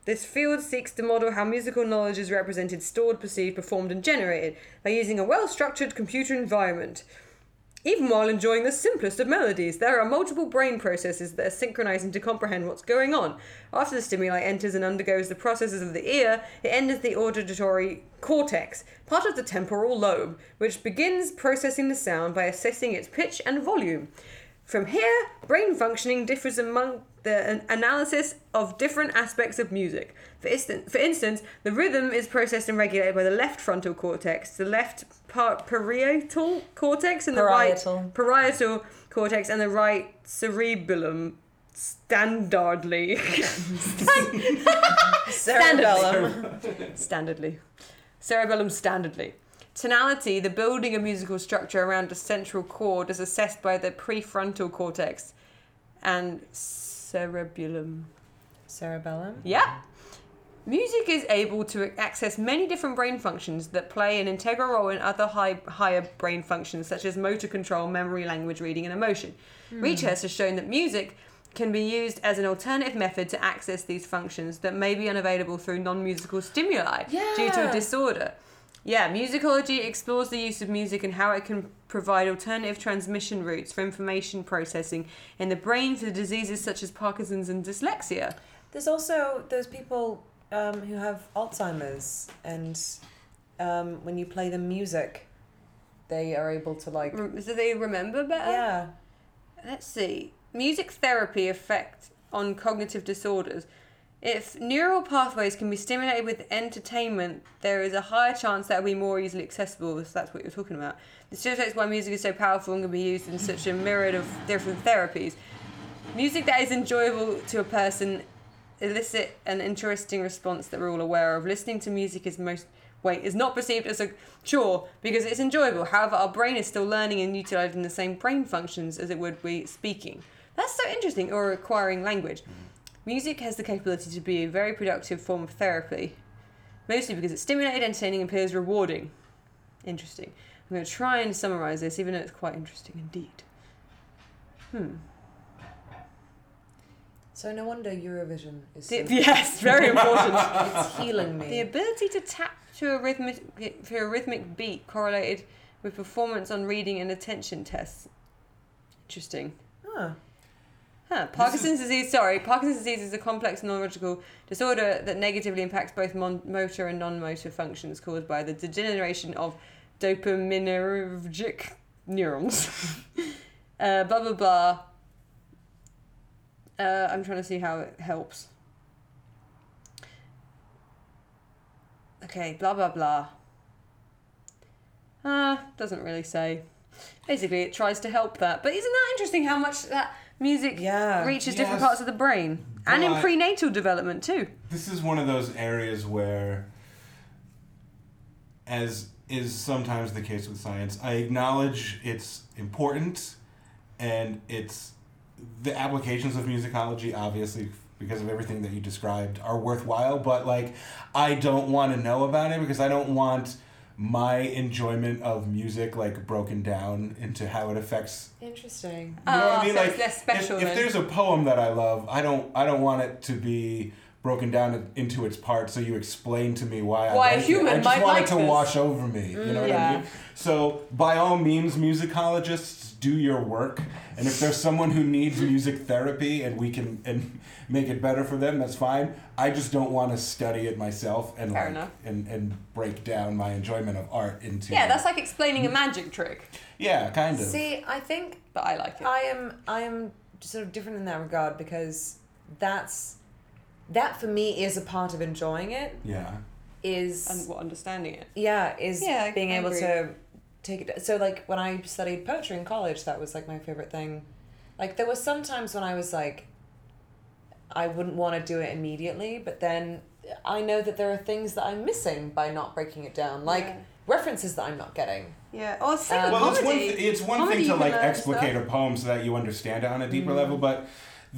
Speaker 1: This field seeks to model how musical knowledge is represented, stored, perceived, performed, and generated by using a well structured computer environment. Even while enjoying the simplest of melodies, there are multiple brain processes that are synchronizing to comprehend what's going on. After the stimuli enters and undergoes the processes of the ear, it enters the auditory cortex, part of the temporal lobe, which begins processing the sound by assessing its pitch and volume. From here, brain functioning differs among the an- analysis of different aspects of music. For, instan- for instance, the rhythm is processed and regulated by the left frontal cortex, the left par- parietal cortex, and the
Speaker 2: Parietal.
Speaker 1: right parietal cortex, and the right cerebellum. Standardly,
Speaker 2: Cerebellum.
Speaker 1: standardly, cerebellum standardly. Tonality, the building of musical structure around a central chord, is assessed by the prefrontal cortex and cerebellum.
Speaker 2: Cerebellum.
Speaker 1: Yeah. Music is able to access many different brain functions that play an integral role in other high, higher brain functions, such as motor control, memory, language, reading, and emotion. Research has shown that music can be used as an alternative method to access these functions that may be unavailable through non musical stimuli due to
Speaker 2: Yeah.
Speaker 1: a disorder. Yeah, musicology explores the use of music and how it can provide alternative transmission routes for information processing in the brain for diseases such as Parkinson's and dyslexia.
Speaker 2: There's also those people um, who have Alzheimer's, and um, when you play them music, they are able to like.
Speaker 1: Rem- So they remember better?
Speaker 2: Yeah.
Speaker 1: Let's see. Music therapy effect on cognitive disorders. If neural pathways can be stimulated with entertainment, there is a higher chance that will be more easily accessible. So that's what you're talking about. This illustrates why music is so powerful and can be used in such a myriad of different therapies. Music that is enjoyable to a person elicit an interesting response that we're all aware of. Listening to music is most wait is not perceived as a chore because it's enjoyable. However, our brain is still learning and utilizing the same brain functions as it would be speaking. That's so interesting. Or acquiring language. Music has the capability to be a very productive form of therapy, mostly because it's stimulated, entertaining, and appears rewarding. Interesting. I'm going to try and summarize this, even though it's quite interesting indeed. Hmm.
Speaker 2: So no wonder Eurovision is.
Speaker 1: The-
Speaker 2: so-
Speaker 1: yes, very important.
Speaker 2: it's healing
Speaker 1: The
Speaker 2: me.
Speaker 1: ability to tap to a rhythmic to a rhythmic beat correlated with performance on reading and attention tests. Interesting.
Speaker 2: Huh.
Speaker 1: Huh. Parkinson's disease. Sorry, Parkinson's disease is a complex neurological disorder that negatively impacts both mon- motor and non-motor functions caused by the degeneration of dopaminergic neurons. uh, blah blah blah. Uh, I'm trying to see how it helps. Okay, blah blah blah. Uh, doesn't really say. Basically, it tries to help that. But isn't that interesting how much that music
Speaker 2: Yeah.
Speaker 1: reaches different
Speaker 4: Yes.
Speaker 1: parts of the brain and in
Speaker 4: But-
Speaker 1: prenatal development too.
Speaker 4: This is one of those areas where, as is sometimes the case with science, I acknowledge it's important and it's the applications of musicology, obviously, because of everything that you described, are worthwhile, but like, I don't want to know about it because I don't want my enjoyment of music like broken down into how it affects
Speaker 2: Interesting.
Speaker 4: you know what
Speaker 1: Ah,
Speaker 4: I mean?
Speaker 1: so
Speaker 4: like,
Speaker 1: it's less special
Speaker 4: If, if
Speaker 1: then.
Speaker 4: there's a poem that I love, I don't I don't want it to be broken down into its parts. So you explain to me why.
Speaker 1: Why
Speaker 4: I
Speaker 1: a
Speaker 4: like
Speaker 1: human
Speaker 4: it. I just
Speaker 1: might
Speaker 4: want
Speaker 1: like
Speaker 4: it to
Speaker 1: this. Mm,
Speaker 4: wash over me. You know what
Speaker 1: yeah.
Speaker 4: I mean? So by all means, musicologists, do your work. And if there's someone who needs music therapy and we can and make it better for them, that's fine. I just don't want to study it myself and
Speaker 1: Fair
Speaker 4: like,
Speaker 1: enough.
Speaker 4: and and break down my enjoyment of art into
Speaker 1: Yeah, that's like explaining a magic trick,
Speaker 4: yeah, kind of.
Speaker 2: See, I think
Speaker 1: but I like it.
Speaker 2: I am I am sort of different in that regard because that's that for me is a part of enjoying it
Speaker 4: yeah.
Speaker 2: is
Speaker 1: and what understanding it.
Speaker 2: yeah is
Speaker 1: Yeah, I-
Speaker 2: being
Speaker 1: I
Speaker 2: able
Speaker 1: agree.
Speaker 2: to take it so like when I studied poetry in college that was like my favorite thing like there were some times when I was like I wouldn't want to do it immediately but then I know that there are things that I'm missing by not breaking it down like
Speaker 1: Yeah.
Speaker 2: references that I'm not getting
Speaker 1: Yeah, or sing
Speaker 2: Um,
Speaker 1: a
Speaker 2: But
Speaker 4: Uh, well,
Speaker 1: comedy.
Speaker 4: it's one, th- it's one
Speaker 1: Comedy
Speaker 4: thing
Speaker 1: you
Speaker 4: to
Speaker 1: can
Speaker 4: like
Speaker 1: learn
Speaker 4: explicate a poem so that you understand it on a
Speaker 2: Mm-hmm.
Speaker 4: deeper level, but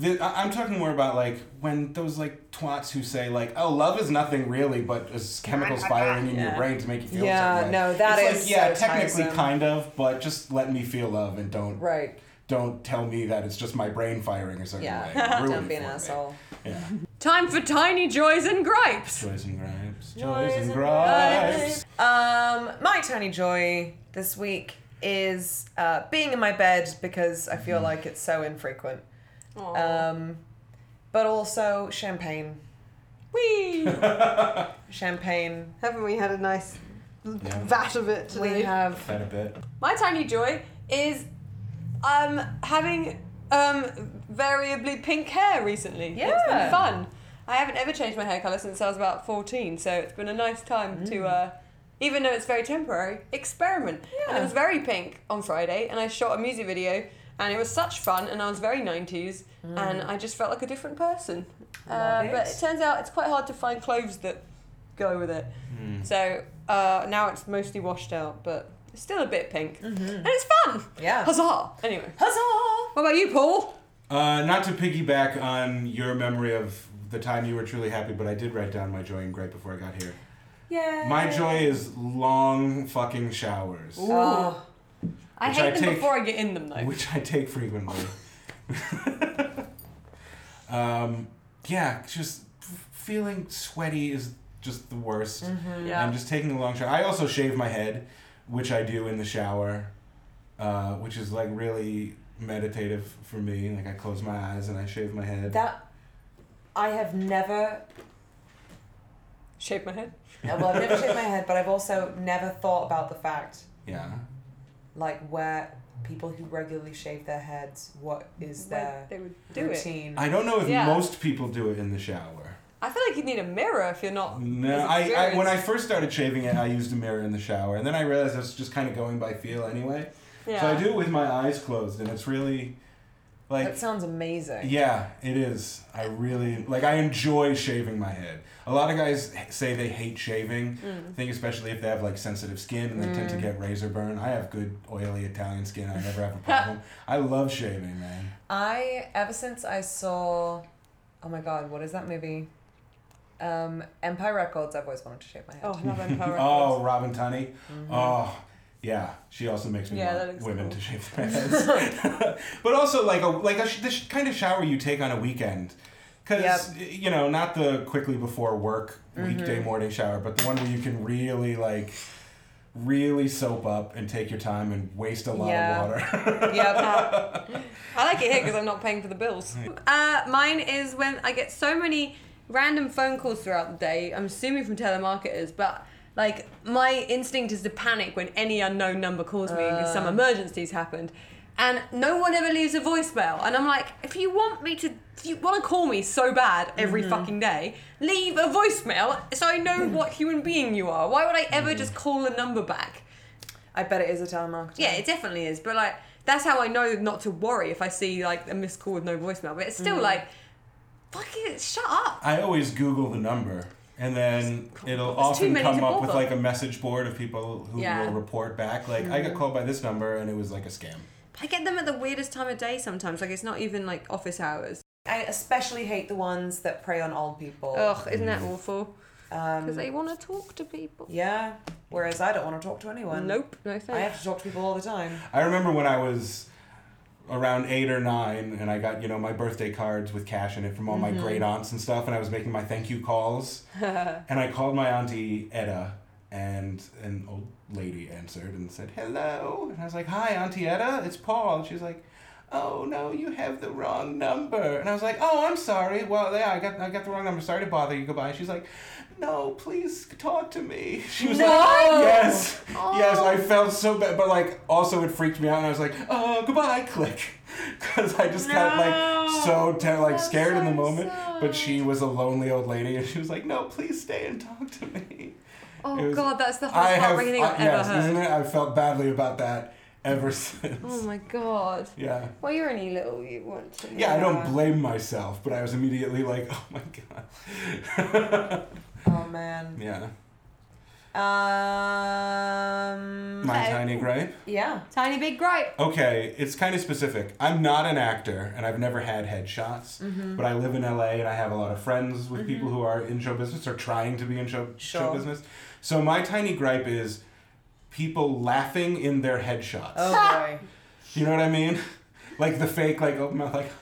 Speaker 4: the, I- I'm talking more about like when those like twats who say like, "Oh, love is nothing really, but it's chemicals firing in your
Speaker 1: Yeah.
Speaker 4: brain to make you feel."
Speaker 2: Yeah,
Speaker 4: a certain way."
Speaker 2: no, that
Speaker 4: it's
Speaker 2: is
Speaker 4: like, yeah,
Speaker 2: so
Speaker 4: technically
Speaker 2: tiresome.
Speaker 4: kind of, but just let me feel love and don't
Speaker 2: right
Speaker 4: don't tell me that it's just my brain firing a certain way.
Speaker 2: yeah
Speaker 4: Ruin
Speaker 2: don't be
Speaker 4: it
Speaker 2: an
Speaker 4: for me.
Speaker 2: asshole
Speaker 4: Yeah,
Speaker 1: Time for tiny joys and gripes.
Speaker 4: joys and gripes, joys,
Speaker 2: Joys
Speaker 4: and
Speaker 2: and
Speaker 4: gripes.
Speaker 2: Um, my tiny joy this week is uh, being in my bed because I feel like it's so infrequent. Um, but also champagne.
Speaker 1: Whee!
Speaker 2: Champagne.
Speaker 1: Haven't we had a nice
Speaker 4: Yeah.
Speaker 1: vat of it
Speaker 2: We have
Speaker 4: That a bit.
Speaker 1: My tiny joy is um having um variably pink hair recently. It's been
Speaker 2: Yeah.
Speaker 1: fun. I haven't ever changed my hair colour since I was about 14, so it's been a nice time to
Speaker 2: Mm.
Speaker 1: uh even though it's very temporary, experiment. And it
Speaker 2: Yeah.
Speaker 1: was very pink on Friday and I shot a music video and it was such fun and I was very 90s and I just felt like a different person. Uh,
Speaker 2: Mm. Love it.
Speaker 1: but it turns out it's quite hard to find clothes that go with it.
Speaker 4: Hmm.
Speaker 1: So uh, now it's mostly washed out, but it's still a bit pink. And it's fun!
Speaker 2: Mm-hmm. yeah.
Speaker 1: Huzzah! Anyway.
Speaker 2: Huzzah!
Speaker 1: What about you, Paul?
Speaker 4: Uh, not to piggyback on your memory of the time you were truly happy, but I did write down my joy and gripe before I got here.
Speaker 2: Yeah.
Speaker 4: My joy is long fucking showers,
Speaker 2: Oh,
Speaker 1: I
Speaker 4: Which
Speaker 1: hate
Speaker 4: I
Speaker 1: them
Speaker 4: take-
Speaker 1: before I get in them, though.
Speaker 4: which I take frequently. um, yeah, just f- feeling sweaty is just the worst.
Speaker 1: Yeah.
Speaker 4: I'm just taking a long shower. I also shave my head, which I do in the shower, uh, which is like really meditative for me. Like I close my eyes and I shave my head.
Speaker 2: That I have never.
Speaker 1: Shave my head.
Speaker 2: Well, I've never shaved my head, but I've also never thought about the fact,
Speaker 4: yeah.
Speaker 2: like where people who regularly shave their heads, what is their
Speaker 1: They would do it.
Speaker 2: routine?
Speaker 4: I don't know if
Speaker 1: Yeah.
Speaker 4: most people do it in the shower.
Speaker 1: I feel like you need a mirror if you're not.
Speaker 4: No,
Speaker 1: as
Speaker 4: I, I when I
Speaker 1: experienced.
Speaker 4: first started shaving it, I used a mirror in the shower, and then I realized I was just kind of going by feel anyway. So I do it with my eyes closed, and it's really like
Speaker 2: that sounds amazing.
Speaker 4: yeah, it is. I really like. I enjoy shaving my head. A lot of guys h- say they hate shaving.
Speaker 1: Mm.
Speaker 4: I think especially if they have like sensitive skin and they tend to get razor burn. I have good oily Italian skin. I never have a problem. I love shaving, man.
Speaker 2: I ever since I saw, oh my god, what is that movie? Um, Empire Records. I've always wanted to shave my head.
Speaker 1: Oh, I love Empire.
Speaker 4: Oh, Robin Tunney. Oh, yeah. She also makes me
Speaker 1: Mm-hmm. Yeah, that
Speaker 4: want
Speaker 1: looks
Speaker 4: women
Speaker 1: cool.
Speaker 4: to shave their heads. but also like a like a, sh- the sh- kind of shower you take on a weekend, because you know not the quickly before work
Speaker 1: Mm-hmm.
Speaker 4: weekday morning shower, but the one where you can really like really soap up and take your time and waste a lot
Speaker 2: Yeah.
Speaker 4: of water.
Speaker 2: yeah.
Speaker 1: I like it here because I'm not paying for the bills. Uh, mine is when I get so many random phone calls throughout the day. I'm assuming from telemarketers, but like my instinct is to panic when any unknown number calls me because some emergency's happened. And no one ever leaves a voicemail. And I'm like, if you want me to, if you want to call me so bad every fucking day, leave a voicemail so I know what human being you are. Why would I ever just call a number back?
Speaker 2: I bet it is a telemarketer.
Speaker 1: Yeah, it definitely is. But like that's how I know not to worry if I see like a missed call with no voicemail. But it's still
Speaker 4: Mm.
Speaker 1: like fucking shut up.
Speaker 4: I always Google the number. And then
Speaker 1: There's
Speaker 4: it'll
Speaker 1: too
Speaker 4: often
Speaker 1: many
Speaker 4: come
Speaker 1: to
Speaker 4: up with
Speaker 1: bother.
Speaker 4: like a message board of people who
Speaker 1: Yeah. Mm-hmm.
Speaker 4: will report back. Like, I got called by this number and it was like a scam.
Speaker 1: I get them at the weirdest time of day sometimes. Like it's not even like office hours.
Speaker 2: I especially hate the ones that prey on old people.
Speaker 1: Ugh, isn't
Speaker 4: Mm.
Speaker 1: that awful?
Speaker 2: Um,
Speaker 1: Because they want to talk to people.
Speaker 2: yeah. Whereas I don't want to talk to anyone.
Speaker 1: Nope, no
Speaker 2: I
Speaker 1: thanks.
Speaker 2: have to talk to people all the time.
Speaker 4: I remember when I was around eight or nine and I got, you know, my birthday cards with cash in it from all my great aunts and stuff, and I was making my thank you calls. and I called my auntie Etta, and an old lady answered and said, Hello. And I was like, Hi, Auntie Etta, it's Paul. And she's like, Oh no, you have the wrong number. And I was like, Oh, I'm sorry. Well, yeah, I got I got the wrong number. Sorry to bother you. Goodbye. And she's like, No, please talk to me. She was like,
Speaker 1: No!
Speaker 4: Yes.
Speaker 1: Oh,
Speaker 4: Yes, I felt so bad, but like also it freaked me out, and I was like, "Oh, goodbye, click," because I just got like so ter- like scared in the moment. But she was a lonely old lady, and she was like, "No, please stay and talk to me."
Speaker 1: Oh
Speaker 4: It was-
Speaker 1: god, that's the
Speaker 4: I
Speaker 1: hardest
Speaker 4: have
Speaker 1: heartbreaking thing
Speaker 4: I-
Speaker 1: I've ever
Speaker 4: yes,
Speaker 1: heard.
Speaker 4: isn't it? I felt badly about that ever since.
Speaker 1: Oh my god.
Speaker 4: Yeah.
Speaker 1: Well, you're only little. You want to.
Speaker 4: Yeah, I don't blame myself, but I was immediately like, "Oh my god."
Speaker 2: Oh man.
Speaker 4: yeah.
Speaker 2: Um.
Speaker 4: My
Speaker 1: Okay.
Speaker 4: tiny gripe.
Speaker 2: yeah.
Speaker 1: Tiny big gripe.
Speaker 4: Okay, it's kind of specific. I'm not an actor, and I've never had headshots.
Speaker 2: Mm-hmm.
Speaker 4: But I live in LA, and I have a lot of friends with people who are in show business or trying to be in show, show
Speaker 2: Sure.
Speaker 4: business. So my tiny gripe is people laughing in their headshots.
Speaker 2: Oh boy.
Speaker 4: You know what I mean? Like the fake, like open mouth, like,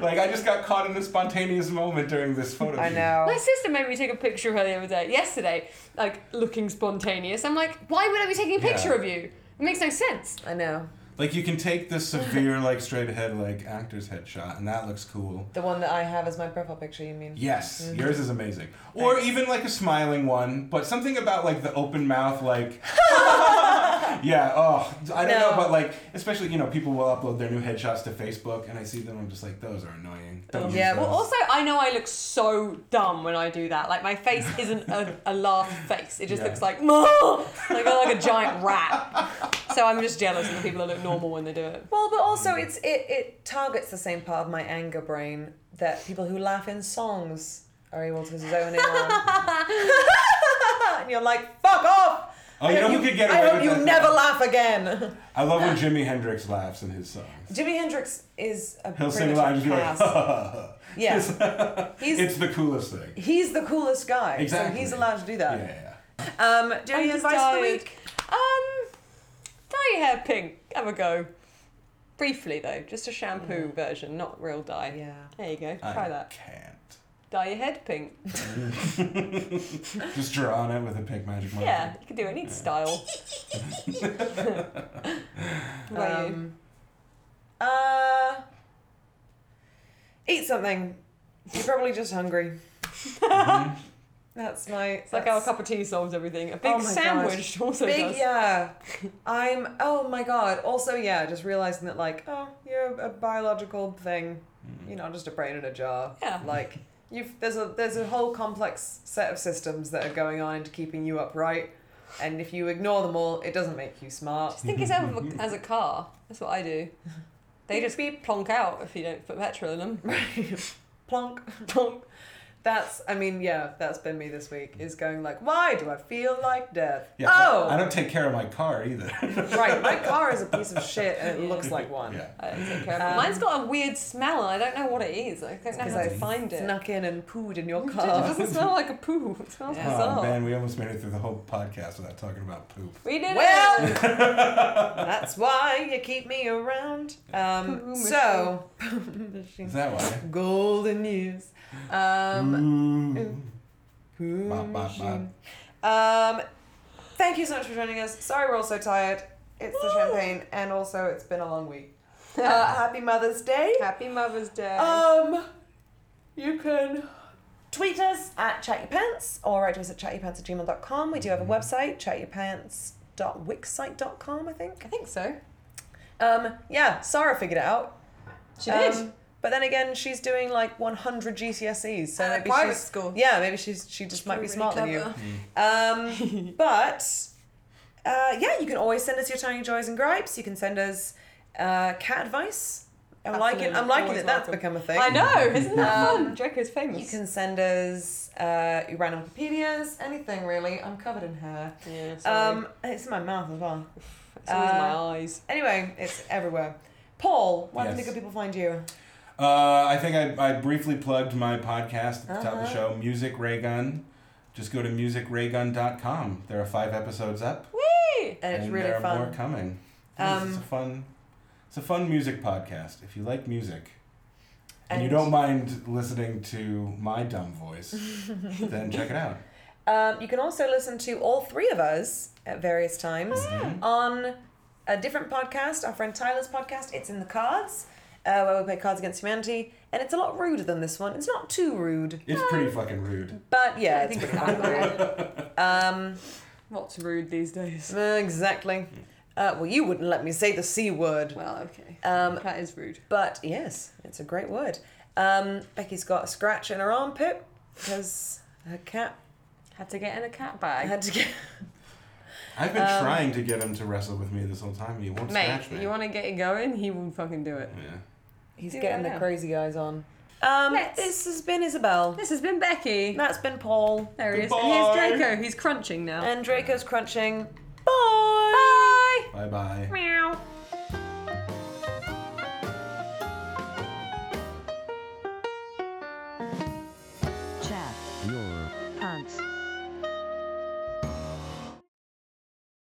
Speaker 4: like I just got caught in a spontaneous moment during this photo.
Speaker 2: I
Speaker 4: shoot.
Speaker 2: know.
Speaker 1: My sister made me take a picture of her the other day, yesterday, like looking spontaneous. I'm like, why would I be taking a picture
Speaker 4: Yeah.
Speaker 1: of you? It makes no sense.
Speaker 2: I know.
Speaker 4: Like you can take the severe, like straight ahead, like actor's headshot, and that looks cool.
Speaker 2: The one that I have as my profile picture. You mean?
Speaker 4: Yes,
Speaker 2: Mm-hmm.
Speaker 4: yours is amazing. Or even like a smiling one, but something about like the open mouth, like. yeah, oh, I don't know,
Speaker 2: No.
Speaker 4: but like, especially, you know, people will upload their new headshots to Facebook, and I see them, I'm just like, those are annoying. Don't
Speaker 2: Oh, Yeah,
Speaker 4: use
Speaker 1: Well,
Speaker 4: those.
Speaker 1: also, I know I look so dumb when I do that. Like, my face isn't a, a laugh face. It just
Speaker 4: Yeah.
Speaker 1: looks like, "Mah!" like I'm like a giant rat. So I'm just jealous of the people that look normal when they do it.
Speaker 2: Well, but also it's it it targets the same part of my anger brain that people who laugh in songs are able to zone in on. and you're like, fuck off.
Speaker 4: Oh,
Speaker 2: I
Speaker 4: you
Speaker 2: hope
Speaker 4: know who could get
Speaker 2: I
Speaker 4: away
Speaker 2: hope
Speaker 4: with
Speaker 2: you
Speaker 4: that?
Speaker 2: never laugh again.
Speaker 4: I love when Jimi Hendrix laughs in his songs.
Speaker 2: Jimi Hendrix is a pretty
Speaker 4: He'll sing
Speaker 2: much
Speaker 4: live and
Speaker 2: a
Speaker 4: be
Speaker 2: pass.
Speaker 4: like,
Speaker 2: yeah, he's
Speaker 4: it's the coolest thing.
Speaker 2: he's the coolest guy, so
Speaker 4: Exactly.
Speaker 2: he's allowed to do
Speaker 4: Yeah,
Speaker 2: that.
Speaker 4: yeah,
Speaker 2: Um, do you have any
Speaker 1: I'm
Speaker 2: advice for the
Speaker 1: tired.
Speaker 2: week?
Speaker 1: Um, dye your hair pink. Have a go. Briefly, though. Just a shampoo version, not real dye.
Speaker 2: Mm. Yeah.
Speaker 1: There you go.
Speaker 4: yeah.
Speaker 1: Try
Speaker 4: I
Speaker 1: that.
Speaker 4: can't.
Speaker 1: dye your head pink.
Speaker 4: Just draw on it with a pink magic marker.
Speaker 1: Yeah, you can do any style. what about you?
Speaker 2: Um, uh, eat something. You're probably just hungry. that's my.
Speaker 1: It's like how a cup of tea solves everything. A big
Speaker 2: Oh my
Speaker 1: sandwich also
Speaker 2: Big
Speaker 1: does.
Speaker 2: yeah. I'm. Oh my god. Also yeah. Just realizing that like oh you're a biological thing. You're not just a brain in a jar.
Speaker 1: Yeah.
Speaker 2: Like you've there's a there's a whole complex set of systems that are going on into keeping you upright, and if you ignore them all, it doesn't make you smart.
Speaker 1: Just think yourself of a- as a car. That's what I do. They just plonk out if you don't put petrol in them.
Speaker 2: Plonk. Plonk. That's. I mean yeah. That's been me this week. Is going like why do I feel like death?
Speaker 4: Yeah, I-
Speaker 2: oh.
Speaker 4: I don't take care of my car either.
Speaker 2: right. My car is a piece of shit and it
Speaker 1: Yeah.
Speaker 2: looks like one.
Speaker 4: yeah.
Speaker 1: I don't take care of it.
Speaker 2: Um,
Speaker 1: Mine's got a weird smell and I don't know what it is. I don't know
Speaker 2: Because
Speaker 1: how
Speaker 2: I
Speaker 1: to find it.
Speaker 2: Snuck in and pooed in your
Speaker 1: It
Speaker 2: car.
Speaker 1: doesn't smell like a poo. It smells
Speaker 2: Yeah.
Speaker 1: bizarre.
Speaker 4: Oh man, we almost made it through the whole podcast without talking about poop.
Speaker 1: We did
Speaker 2: Well-
Speaker 1: it!
Speaker 2: That's why you keep me around.
Speaker 1: Poo
Speaker 2: Um,
Speaker 1: machine.
Speaker 2: so,
Speaker 4: Is that why?
Speaker 2: golden news. Um,
Speaker 4: Ooh.
Speaker 2: poo
Speaker 4: Bop, bop,
Speaker 2: machine. um, thank you so much for joining us. Sorry we're all so tired. It's the champagne, and also it's been a long week. Uh, happy Mother's Day.
Speaker 1: Happy Mother's Day.
Speaker 2: Um, you can tweet us at chatyourpants or write to us at chatyourpants at gmail.com. We do have a website, chatyourpants.wixsite.com, I think.
Speaker 1: I think so.
Speaker 2: Um, yeah, Sarah figured it out.
Speaker 1: She
Speaker 2: Um, but then again, she's doing like 100 GCSEs, so
Speaker 1: At a
Speaker 2: maybe
Speaker 1: private
Speaker 2: she's,
Speaker 1: school.
Speaker 2: Yeah, maybe she's she just might be
Speaker 1: Really
Speaker 2: smarter than you.
Speaker 1: clever.
Speaker 2: Um, but uh, yeah, you can always send us your tiny joys and gripes. You can send us uh, cat advice. I'm liking.
Speaker 1: Absolutely.
Speaker 2: I'm liking
Speaker 1: Always
Speaker 2: that that's
Speaker 1: welcome.
Speaker 2: become a thing.
Speaker 1: I know, isn't that
Speaker 2: Um,
Speaker 1: fun? Draco's famous.
Speaker 2: You can send us uh, your random Wikipedias, anything really. I'm covered in hair.
Speaker 1: Yeah, sorry.
Speaker 2: Um, it's in my mouth as well.
Speaker 1: it's always
Speaker 2: uh,
Speaker 1: my eyes.
Speaker 2: Anyway, it's everywhere. Paul, where
Speaker 4: Yes.
Speaker 2: can the good people find you?
Speaker 4: Uh, I think I, I briefly plugged my podcast at the top of the
Speaker 2: Uh-huh.
Speaker 4: show, Music Raygun. Just go to musicraygun.com. There are five episodes up,
Speaker 1: Whee!
Speaker 2: And it's
Speaker 4: there
Speaker 2: really
Speaker 4: are more
Speaker 2: fun.
Speaker 4: coming.
Speaker 2: Um,
Speaker 4: it's a fun, it's a fun music podcast. If you like music and, you
Speaker 2: And-
Speaker 4: don't mind listening to my dumb voice, then check it out.
Speaker 2: Um, you can also listen to all three of us at various times
Speaker 4: Mm-hmm.
Speaker 2: on a different podcast, our friend Tyler's podcast. It's in the cards, uh, where we play Cards Against Humanity, and it's a lot ruder than this one. It's not too rude,
Speaker 4: It's pretty fucking rude.
Speaker 2: but yeah,
Speaker 1: I
Speaker 2: it's
Speaker 1: think
Speaker 2: pretty
Speaker 1: it's that rude.
Speaker 2: Um,
Speaker 1: What's rude these days?
Speaker 2: uh, exactly. Uh, well, you wouldn't let me say the c word.
Speaker 1: Well, okay.
Speaker 2: Um,
Speaker 1: that is rude.
Speaker 2: But yes, it's a great word. Um, Becky's got a scratch in her armpit because her cat
Speaker 1: Had to get in a cat bag.
Speaker 2: had to get.
Speaker 4: I've been
Speaker 2: Um,
Speaker 4: trying to get him to wrestle with me this whole time, and he won't
Speaker 1: Mate,
Speaker 4: scratch me.
Speaker 1: you want to get it going? He will fucking do it.
Speaker 4: yeah.
Speaker 2: He's
Speaker 1: Do
Speaker 2: getting
Speaker 1: right
Speaker 2: the
Speaker 1: now.
Speaker 2: crazy eyes on. Um,
Speaker 1: Let's-
Speaker 2: this has been Isabel.
Speaker 1: This has been Becky.
Speaker 2: That's been Paul.
Speaker 1: There he is. And here's
Speaker 4: Goodbye.
Speaker 1: Draco. He's crunching now.
Speaker 2: And Draco's crunching. Bye.
Speaker 4: Bye bye.
Speaker 1: Meow.